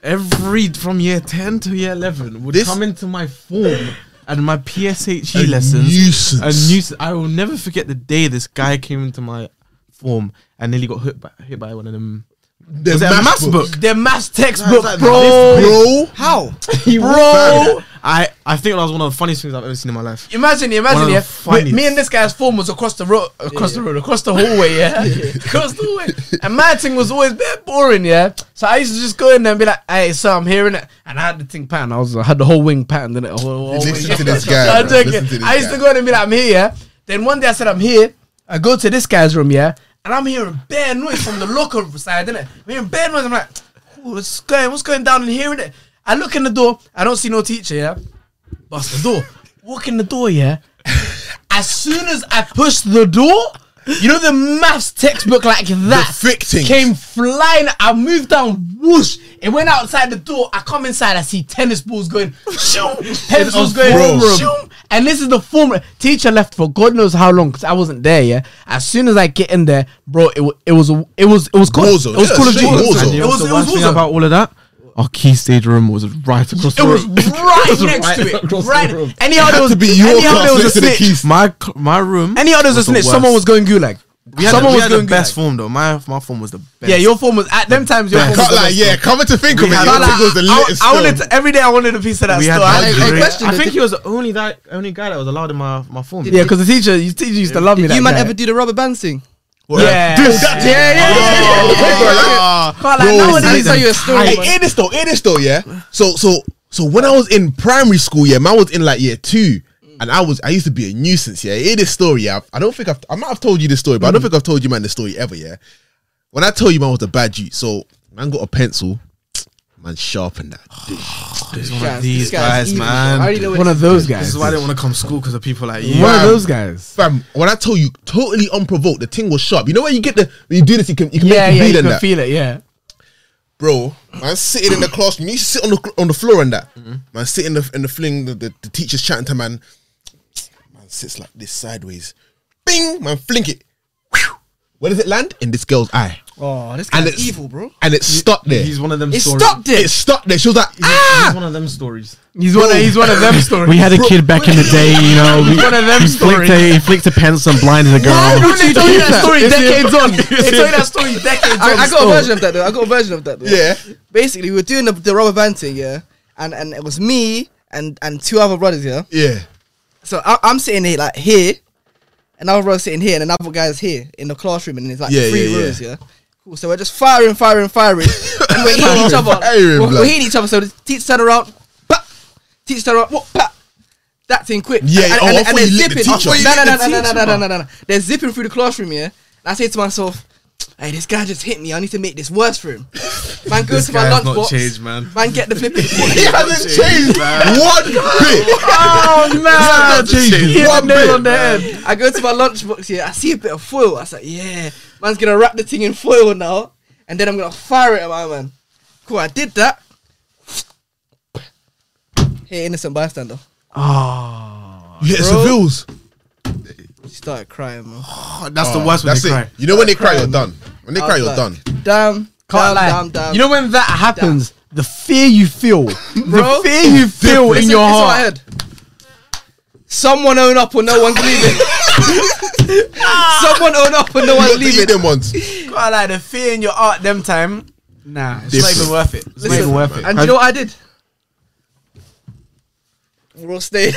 S2: every from year ten to year eleven would
S3: This-
S2: come into my form and my PSHE
S3: A
S2: E lessons.
S3: nuisance.
S2: A nuisance. I will never forget the day this guy came into my form and nearly got hit by, hit by one of them.
S3: The
S2: Was it a maths book?
S4: Their maths textbook,
S2: That's like
S4: bro.
S3: bro?
S2: this
S5: how?
S4: Bro,
S2: I I think that was one of the funniest things I've ever seen in my life.
S4: imagine,
S2: One of
S4: imagine,
S2: the
S4: yeah.
S2: funniest.
S4: Me- Me and this guy's form was across the road, across the road, across the hallway, yeah, across the hallway. And my thing was always bit boring, yeah. So I used to just go in there and be like, "Hey, so I'm hearing it," and I had the thing pattern. I was, I had the whole wing pattern in it. Whole, whole
S3: Listen
S4: wing.
S3: to this guy,
S4: I'm
S3: bro.
S4: joking.
S3: Listen to this
S4: I used
S3: guy.
S4: to go in and be like, "I'm here," yeah. Then one day I said, "I'm here." I go to this guy's room, yeah, and I'm hearing bare noise from the locker side, innit? I'm hearing bare noise. I'm like, "Ooh, "What's going? What's going down in here?" Innit? I look in the door. I don't see no teacher, yeah. Bust the door. Walk in the door, yeah. As soon as I pushed the door, you know the maths textbook like that
S3: The thick things.
S4: came flying. I moved down, whoosh. It went outside the door. I come inside. I see tennis balls going, shoom, tennis balls going,
S3: form room.
S4: shoom. And this is the form. room. Teacher left for God knows how long because I wasn't there. Yeah. As soon as I get in there, bro, it, wa- it was a- it was it was called
S3: War zone.
S4: it was
S3: Yeah,
S4: Call of
S3: straight
S4: Duty.
S3: war
S4: It
S3: zone.
S4: was
S2: And
S4: it
S2: you know
S4: was
S2: the one
S4: war
S2: thing
S4: zone.
S2: about all of that. Our key stage room was right across the
S4: It was
S2: room.
S4: right
S2: was
S4: next
S2: right
S4: to it.
S2: across the
S4: Right.
S2: room.
S4: Anyhow, there was,
S3: to be your
S4: anyhow, there was a
S3: class next to the
S4: snitch.
S3: keys.
S2: My cl- my room.
S4: Any others a
S2: was the
S4: snitch? Someone was
S2: worst.
S4: going gulag.
S2: We had
S4: Someone
S2: the, we
S4: was
S2: had the
S4: going
S2: best
S4: gulag.
S2: form though. My my form was the best.
S4: Yeah, your form was at them times. Your
S2: Best.
S4: form was
S3: Can't
S4: the
S3: lie,
S4: best
S3: yeah. Coming to think of it,
S2: had-
S3: your
S4: Nah, nah,
S3: thing was the
S4: I,
S3: latest.
S4: I wanted
S3: still.
S4: to, every day. I wanted a piece of that
S2: we had
S4: store. I-
S2: the
S5: I- I
S2: great-
S5: questioned
S2: I
S5: it,
S2: think
S5: did-
S2: he was the only guy, only guy that was allowed in my my form.
S4: yeah, because the teacher, the teacher used to love me.
S5: Did
S4: that
S5: you man
S4: guy.
S5: ever do the rubber band thing?
S4: Yeah.
S3: Dude, that-
S4: yeah,
S3: Oh,
S4: yeah, yeah, yeah. Can't lie,
S3: Bro,
S5: Let me
S4: nowadays,
S5: tell you a story.
S3: Hey,
S5: man.
S3: hear this though, hear this though, yeah. So so so when I was in primary school, yeah, man I was in like year two. And I was I used to be a nuisance, yeah. Hear this story, yeah. I don't think I've I might have told you this story, but I don't think I've told you man this story ever, yeah. When I tell you man I was a bad dude, so man got a pencil, man sharpened that.
S2: one
S5: Guys,
S2: of these
S5: this
S2: guys,
S5: guy's evil.
S2: man.
S5: I already know what
S4: one
S5: it
S4: of those
S2: This
S4: guys.
S2: is why I didn't want to come to school because of people like you.
S4: One of
S3: Fam.
S4: those guys.
S3: Fam, when I tell you totally unprovoked, the thing was sharp. You know when you get the when you do this, you can you can
S4: Yeah,
S3: make you
S4: yeah,
S3: bleed
S4: you
S3: and
S4: can
S3: that.
S4: feel it. Yeah,
S3: bro, man, sitting in the classroom. You used to sit on the cl- on the floor and that. Man, sitting in the in the fling. The, the, the teacher's chatting to man. Man sits like this sideways. Bing, man, flink it. Whew. Where does it land? In this girl's eye,
S5: Oh, this
S3: and
S5: guy's
S3: it's
S5: evil, bro.
S3: And it's stuck there.
S2: He's one of them.
S5: It
S2: stories.
S5: stopped
S3: It
S5: it.
S3: stuck there. She was like,
S2: He's
S3: ah.
S2: one of them stories.
S4: he's one. Of, he's one of them stories.
S2: We had a kid back in the day, you know. We
S4: One of them
S2: flicked
S4: stories.
S2: a, he flicked a pencil and blinded a
S5: Why
S2: girl.
S5: would you
S4: They told
S5: do
S4: you that
S5: that?
S4: story decades on. They told you that story decades on.
S5: I, I got a
S4: still.
S5: version of that though. I got a version of that though.
S3: Yeah.
S5: Basically, we were doing the, the rubber band thing, yeah, and and it was me and and two other brothers, yeah.
S3: Yeah.
S5: So I, I'm sitting here like here, and other brother's sitting here, and another guy's here in the classroom, and it's like
S3: Yeah,
S5: three
S3: yeah, yeah.
S5: rows, yeah. Cool. So we're just firing, firing, firing, and we're hitting each other.
S3: Firing,
S5: we're, we're
S3: blood.
S5: hitting each other. So the teacher turned around, pop. Teacher turned around, what, pop. That thing quick.
S3: Yeah,
S5: and,
S3: oh,
S5: and,
S3: I
S5: and
S3: thought
S5: they're
S3: you lit the
S5: zipping.
S3: teacher. I thought you
S5: No, no, no,
S2: lit the
S5: no, no, no,
S2: teacher.
S5: no, no, no, no, no. They're zipping through the classroom, yeah. And I say to myself. Hey, this guy just hit me. I need to make this worse for him. Man, go to my
S2: guy has not
S5: lunchbox.
S2: changed, man.
S5: Man, get the flipping.
S3: He hasn't changed one bit.
S4: Oh man,
S3: changed
S4: hit the
S3: one
S4: nail on
S3: bit.
S4: the head.
S5: I go to my lunchbox here. I see a bit of foil. I was like, yeah, man's gonna wrap the thing in foil now, and then I'm gonna fire it at my man. Cool, I did that. Hey, innocent bystander.
S2: Ah,
S3: You hit
S5: Bro.
S3: Seville's.
S5: She started crying, man.
S2: that's the worst when
S3: Ah, That's
S2: they
S3: it.
S2: cry.
S3: You know when they cry, you're done. When they
S5: I
S3: cry,
S5: was
S3: you're
S5: like,
S3: done.
S5: Damn, damn,
S4: Can't lie.
S5: damn, damn.
S4: You know when that happens, the fear you feel, the
S5: Bro.
S4: fear you feel
S5: It's
S4: in your
S5: it's my
S4: heart.
S5: head. Someone own up or no one's leaving. Someone own up or no
S3: You
S5: one's
S3: got to eat
S5: leaving.
S3: them once.
S4: Can't lie, the fear in your heart them time. Nah, it's
S3: Different.
S4: not even worth it. It's not
S5: Listen,
S4: even worth it.
S5: And do you know what I did? We're all staying.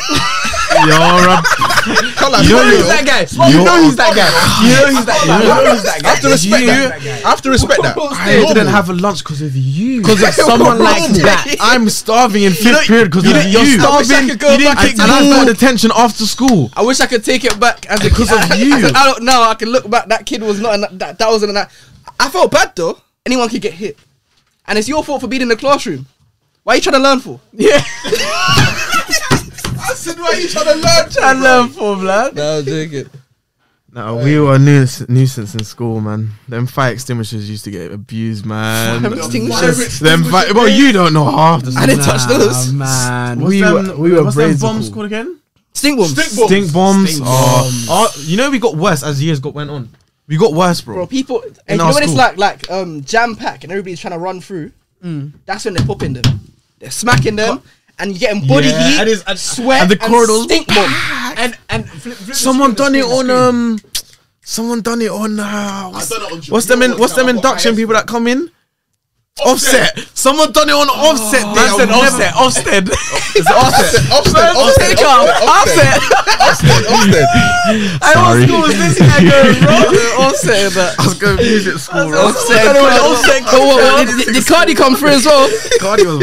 S2: You're a
S3: Can't lie,
S4: You know
S3: Spurs,
S4: he's that guy. You know he's that guy. You know he's that guy. You know he's that guy.
S3: I have to respect
S4: You-
S3: that. I have to respect that.
S2: I didn't have a lunch because of you. Because
S3: of someone like
S5: that.
S2: I'm starving in fifth period because of you.
S5: you're starving.
S2: You didn't
S5: You didn't
S2: kick
S5: kick
S2: and I got attention after school.
S5: I wish I could take it back as a
S2: Because of
S5: as
S2: you.
S5: an adult now, I can look back. That kid was not. An, that that wasn't an. a- I felt bad though. Anyone could get hit, and it's your fault for being in the classroom. Why are you trying to learn for?
S4: Yeah,
S3: I said, why are you trying to learn?
S4: I learn for blood.
S5: No, I'm joking.
S2: No, we were a nuisance, nuisance in school, man. Them fire extinguishers used to get abused, man.
S5: Fire extinguishers.
S2: Just Them fi- well, you don't know half the
S5: I didn't touch those.
S4: man.
S2: What's
S4: we
S2: them-
S4: were, we were
S2: what's them
S4: brains
S2: bombs
S4: cool.
S2: called again?
S5: Stink bombs.
S3: Stink bombs.
S2: Stink bombs.
S4: Stink
S2: Oh, oh, you know we got worse as years got went on. We got worse,
S5: Bro,
S2: bro.
S5: people. And you
S2: our
S5: know when it's
S2: school.
S5: like like um jam pack and everybody's trying to run through. That's when they're popping them. They're smacking them. And you're getting body
S2: Yeah,
S5: heat,
S2: and it's- and-
S5: sweat,
S2: and the
S5: and
S2: corridors
S5: stink bomb.
S4: And and flip, flip the
S2: Someone
S4: screen,
S2: done
S4: the
S2: it
S4: screen,
S2: on
S4: the screen.
S2: um. Someone done it on uh, what's,
S3: done it on-
S2: what's them
S3: you
S2: in,
S3: know
S2: what's
S3: what,
S2: them
S3: I've got
S2: induction
S3: IS.
S2: people that come in? Offset. Someone done it on offset. day.
S4: Man
S2: I
S4: said
S2: will
S4: offset,
S2: never-
S4: offset.
S2: It's offset.
S3: Ofsted, Ofsted, Ofsted, Ofsted, Ofsted.
S4: I
S2: Sorry.
S4: was cool. is This guy going, bro.
S5: Offset, but
S2: I was confused at school. bro.
S5: offset. Offset. Oh, did, did, did Cardi come through as well?
S2: Cardi was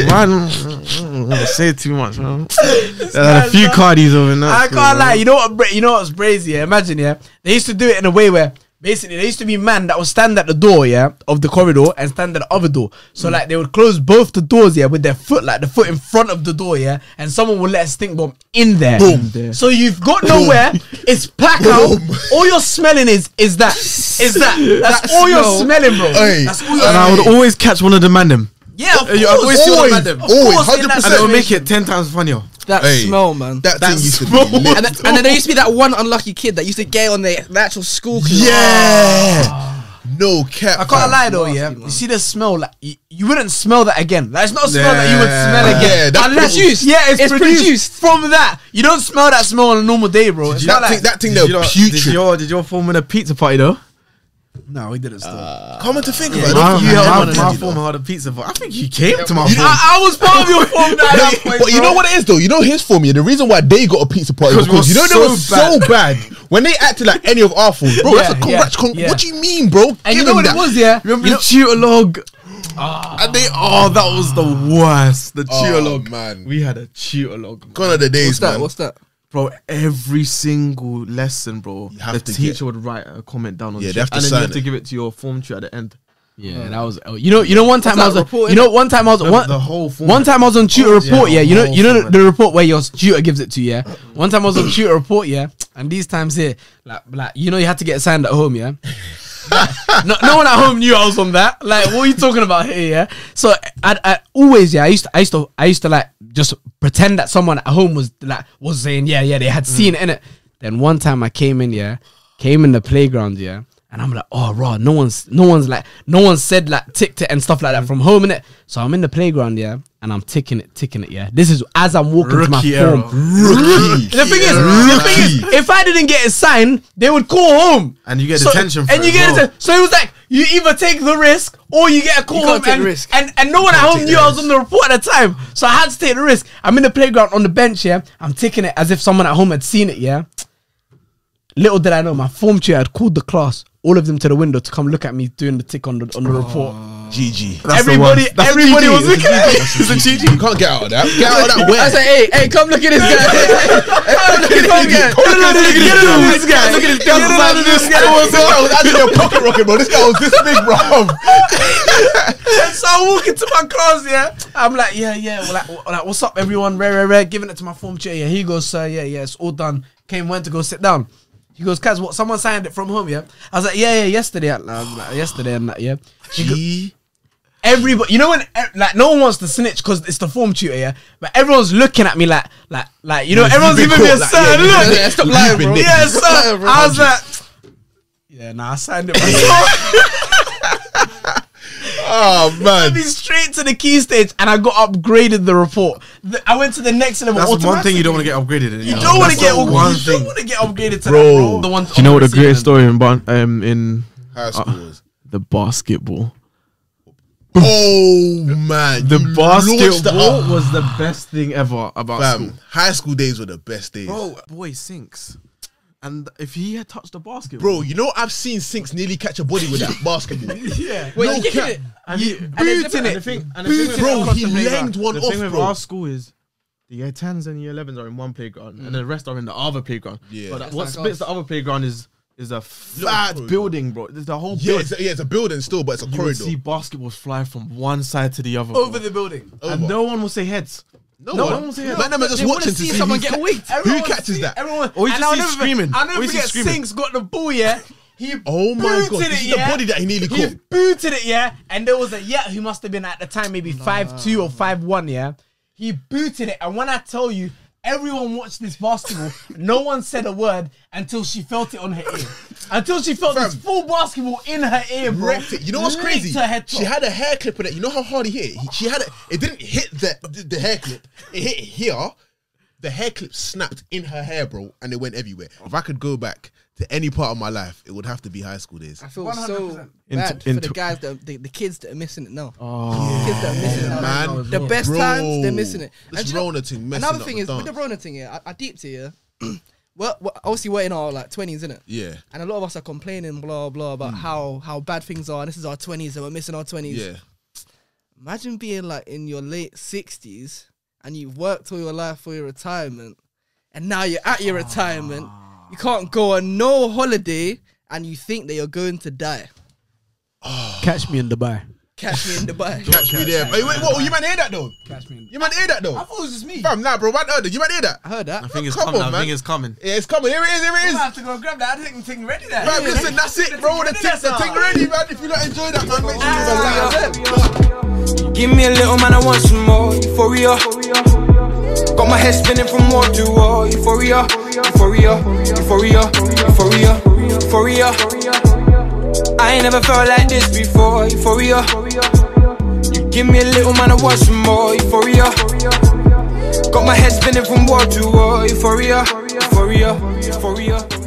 S2: wild. Say too much, man. Had a few
S4: guy's
S2: Cardis over night.
S4: I can't lie. You know what? bra- You know what's crazy? Yeah, imagine. Yeah, they used to do it in a way where basically there used to be man that would stand at the door, yeah, of the corridor and stand at the other door. So like they would close both the doors, yeah, with their foot, like the foot in front of the door, yeah, and someone would let a stink bomb in there.
S2: There.
S4: So you've got nowhere. It's black out. All you're smelling is is that is that. That's all you're
S5: smell.
S4: smelling, bro.
S3: Hey.
S4: That's all you're
S2: And I would always catch one of the man them.
S4: yeah, of
S2: You- I've
S4: course.
S2: always seen
S3: Always,
S2: them.
S4: Of
S3: always,
S4: course, in that
S3: 100%.
S2: And it'll
S4: situation.
S2: make it ten times funnier.
S5: That
S3: Hey,
S5: smell, man.
S3: That thing used to
S2: smell.
S3: be lit.
S5: and, th- and then there used to be that one unlucky kid that used to get on the, the actual school. class.
S2: Ah.
S3: Yeah. No cap.
S4: I can't
S3: fam.
S4: lie though,
S5: Nasty,
S4: yeah.
S5: man.
S4: You see the smell, like you, you wouldn't smell that again. Like it's not a smell that you would
S2: Yeah.
S4: smell
S3: Yeah,
S4: again.
S3: that's
S4: Unless
S5: produced.
S4: Yeah, it's,
S5: Ah, It's
S4: produced.
S5: produced.
S4: From that, you don't smell that smell on a normal day, bro. It's not
S3: That
S4: like
S3: thing, that thing,
S2: Did, you
S3: they're
S2: lot- did
S3: putrid.
S2: your did your form in a pizza party though?
S4: no, we didn't. Still.
S3: Coming to think of it, I
S2: My,
S3: don't think you
S2: my,
S3: held
S2: my,
S3: one of them, you
S2: form
S3: know.
S2: had a pizza party. I think you came to my form
S4: I, I was part of your form that
S3: Nah, But you know what it is though. You know his form. Yeah, the reason why they got a pizza party
S2: Because
S3: was
S2: we
S3: because you
S2: were
S3: know they were
S2: so
S3: so bad when they acted like any of our forms, bro. that's a
S4: Yeah,
S3: con-
S4: yeah,
S3: that's con-
S4: yeah.
S3: What do you mean, bro?
S4: And you
S3: Give
S4: know
S3: him
S4: what it
S3: that.
S4: was, yeah.
S2: Remember
S4: You
S2: the tutor log? and they oh that was the worst. The tutor
S3: Oh,
S2: log.
S3: man.
S2: We had a tutor log.
S3: Gone are the days,
S5: What's that?
S3: man.
S5: What's that?
S2: bro. Every single lesson, bro,
S3: have
S2: the
S3: to
S2: teacher
S3: get-
S2: would write a comment down on
S3: Yeah,
S2: the
S3: they have
S2: sheet,
S3: to
S2: and then you
S3: sign
S2: have to
S3: it.
S2: give it to your form tutor at the end.
S4: Yeah, that was. Oh, you know, you know. One time
S5: that
S4: I was.
S5: report,
S4: you know, one time I was.
S2: No,
S4: one,
S2: the whole form.
S4: One time I was on tutor report.
S2: yeah,
S4: Yeah, you know,
S2: whole
S4: you know
S2: format.
S4: the report where your tutor gives it to. you, Yeah, one time I was on tutor report. Yeah, and these times here, like, like you know, you had to get signed at home. Yeah. no, no one at home knew I was on that. Like, what are you talking about here? Yeah. So I, I always, yeah, I used to, I used to, I used to like just pretend that someone at home was like was saying, yeah, yeah, they
S2: Mm.
S4: had seen it in it. Then one time I came in, yeah, came in the playground, yeah, and I'm like, oh, raw, no one's, no one's like, no one said like tick it and stuff like
S2: Mm.
S4: that from home in it. So I'm in the playground, yeah, and I'm ticking it, ticking it, yeah. This is as I'm walking
S2: Rookie
S4: to my
S2: error.
S4: form. The thing is, the thing is, if I didn't get it signed, they would call home.
S2: And you get
S4: So-
S2: detention for
S4: and
S2: it
S4: you
S2: as
S4: get
S2: well.
S4: detention. So it was like you either take the risk or you get a call
S5: You
S4: home.
S5: can't take
S4: and,
S5: the risk.
S4: and and no one at home knew I was on the report at the time, so I had to take the risk. I'm in the playground on the bench. Yeah, I'm taking it as if someone at home had seen it. Yeah. Little did I know, my form chair had called the class, all of them to the window to come look at me doing the tick on the on the report.
S3: GG.
S2: That's the
S4: everybody,
S2: one. That's a
S4: everybody
S2: GG.
S4: was looking at me.
S3: It's a GG. You can't get out of that. Get out of that.
S5: I
S3: Where?
S5: said, hey, hey, come look at this guy. Hey, come look at this guy.
S4: Get out of this guy.
S2: Look at this
S4: Get out of this guy.
S3: This guy was actually a pocket rocket, bro. This guy was this big, bro.
S4: so I walk into my class, yeah. I'm like, yeah, yeah. Well, like, well, like, what's up, everyone? Rare, rare, rare. Giving it to my form chair. Yeah, he goes, sir. Yeah, yeah. It's all done. Came, went to go sit down. He goes, Kaz, what? Someone signed it from home, yeah. I was like, yeah, yeah. Yesterday, I- I was like, yesterday, and that, yeah. He go- everybody, you know when e- like no one wants to snitch because it's the form tutor, yeah. But everyone's looking at me like, like, like you know,
S3: you've
S4: everyone's
S3: been
S4: giving me a
S3: caught, like,
S4: sad
S3: yeah, you've
S4: look.
S3: been- yeah, stop lying, bro.
S4: Yeah,
S3: Stop lying,
S4: sir.
S3: bro.
S4: I was like, yeah, nah, I signed it. myself.
S3: Oh
S4: Sent me
S3: man.
S4: straight to the key stage, and I got upgraded the report. The- I went to the next level.
S2: That's one thing you don't want
S4: automatically.
S2: to get upgraded. In,
S4: You don't want to
S2: That's
S4: get.
S2: the
S4: upgraded-
S2: one
S4: you don't
S2: thing.
S4: want to get upgraded to
S3: Bro.
S4: that, bro. The ones.
S2: Do you know what the
S4: on
S2: greatest
S4: ceiling.
S2: story in Ban- um in
S3: High scores.
S2: the basketball?
S3: Oh man.
S2: The
S3: you launched the-
S2: basketball
S3: oh,
S2: was the best thing ever about school.
S3: Fam, Um, high school days were the best days. Bro,
S2: Bro, boy sinks, and if he had touched the basketball,
S3: you know I've seen Sinks nearly catch a body with that basketball.
S4: Yeah.
S5: Wait,
S3: no
S5: you
S3: cap.
S5: get it?
S2: and he
S5: booted
S2: and
S5: it.
S2: the thing- and the thing
S3: Booted
S2: with-
S3: it. Bro,
S2: across
S3: he
S2: the playground-
S3: langed one
S2: the
S3: off,
S2: thing with
S3: bro.
S2: our school is the year tens and year elevens are in one playground, and the rest are in the other playground.
S3: Mm. Yeah.
S2: but
S3: That's
S2: what
S5: like
S2: splits the other playground is is a fat
S3: corridor.
S2: building, bro. There's the whole
S3: Yeah,
S2: building.
S3: it's a, yeah, it's a building still, but it's a
S2: You would
S3: corridor.
S2: see basketballs fly from one side to the other,
S4: Over
S2: bro.
S4: the building.
S2: and
S3: Over.
S2: no one will say heads.
S3: Oh, no,
S2: no
S3: one,
S2: one was here.
S3: Man, them are just
S5: They wanna
S3: watching to
S5: see
S3: see
S5: someone
S3: who's
S5: get
S3: ca-
S5: winked.
S3: Who
S4: Everyone
S3: catches
S4: see-
S3: that?
S4: Everyone.
S2: Or you just
S4: and I'll
S2: see
S4: never,
S2: screaming.
S4: I'll
S2: Or
S4: never
S2: you see
S4: forget
S2: screaming.
S4: Sinks got the ball, yeah. He
S3: Oh my
S4: booted
S3: God,
S4: it,
S3: this is the
S4: yeah?
S3: body that he nearly caught.
S4: booted it, yeah. And there was a yeah who must have been at the time maybe five two or five one, yeah. He booted it, and when I tell you, everyone watched this basketball. no one said a word until she felt it on her ear. Until she felt this full basketball in her ear, bro.
S3: wrecked it. You know what's
S4: Licked
S3: crazy?
S4: her head
S3: She
S4: top.
S3: had a hair clip in it. You know how hard he hit? He- She had it. It didn't hit the, the the hair clip. It hit here. The hair clip snapped in her hair, bro, and it went everywhere. If I could go back to any part of my life, it would have to be high school days.
S5: I feel so
S4: 100%.
S5: bad
S2: Into-
S5: for
S2: into-
S5: the guys that the, the kids that are missing it now.
S2: Oh,
S5: kids that are missing it now.
S3: man.
S5: the best
S3: Bro,
S5: times they're missing it.
S3: this
S5: And do you know-
S3: Rona thing messing
S5: Another
S3: up
S5: thing
S3: the
S5: is with the
S3: dance.
S5: Rona thing. Yeah, I, I deeped it. Yeah, well, well, obviously we're in our like twenties, innit?
S3: Yeah, Hmm.
S5: And a lot of us are complaining, blah blah, about how how bad things are. And this is our twenties, and we're missing our twenties.
S3: yeah.
S5: Imagine being like in your late sixties and you've worked all your life for your retirement, and now you're at your retirement. You
S2: Ah.
S5: can't go on no holiday, and you think that you're going to die.
S4: Catch me in Dubai.
S5: Catch me in Dubai.
S3: Catch me there. Hey, wait, what? You might hear that though.
S4: Catch me in Dubai.
S3: You might hear that though.
S4: I thought it was just me.
S3: Fam, nah, bro. Man, heard it. You might hear that.
S5: I heard that.
S2: I think it's
S3: Come
S2: coming.
S3: on,
S2: I
S3: man.
S2: think it's coming.
S3: Yeah, it's coming. Here it is. Here it
S4: I
S3: is.
S4: have to go grab that. I didn't think ready that.
S3: Fam, listen, that's it, bro. The thing, the thing ready, man. If you not enjoy that, man, make sure you go
S4: Ah.
S3: like that.
S6: Give me a little man, I want some more euphoria. Got my head spinning from wall to wall. Euphoria, euphoria, euphoria, euphoria, euphoria. I ain't never felt like this before. Euphoria. You give me a little man, I want some more euphoria. Got my head spinning from wall to wall. Euphoria, euphoria, euphoria.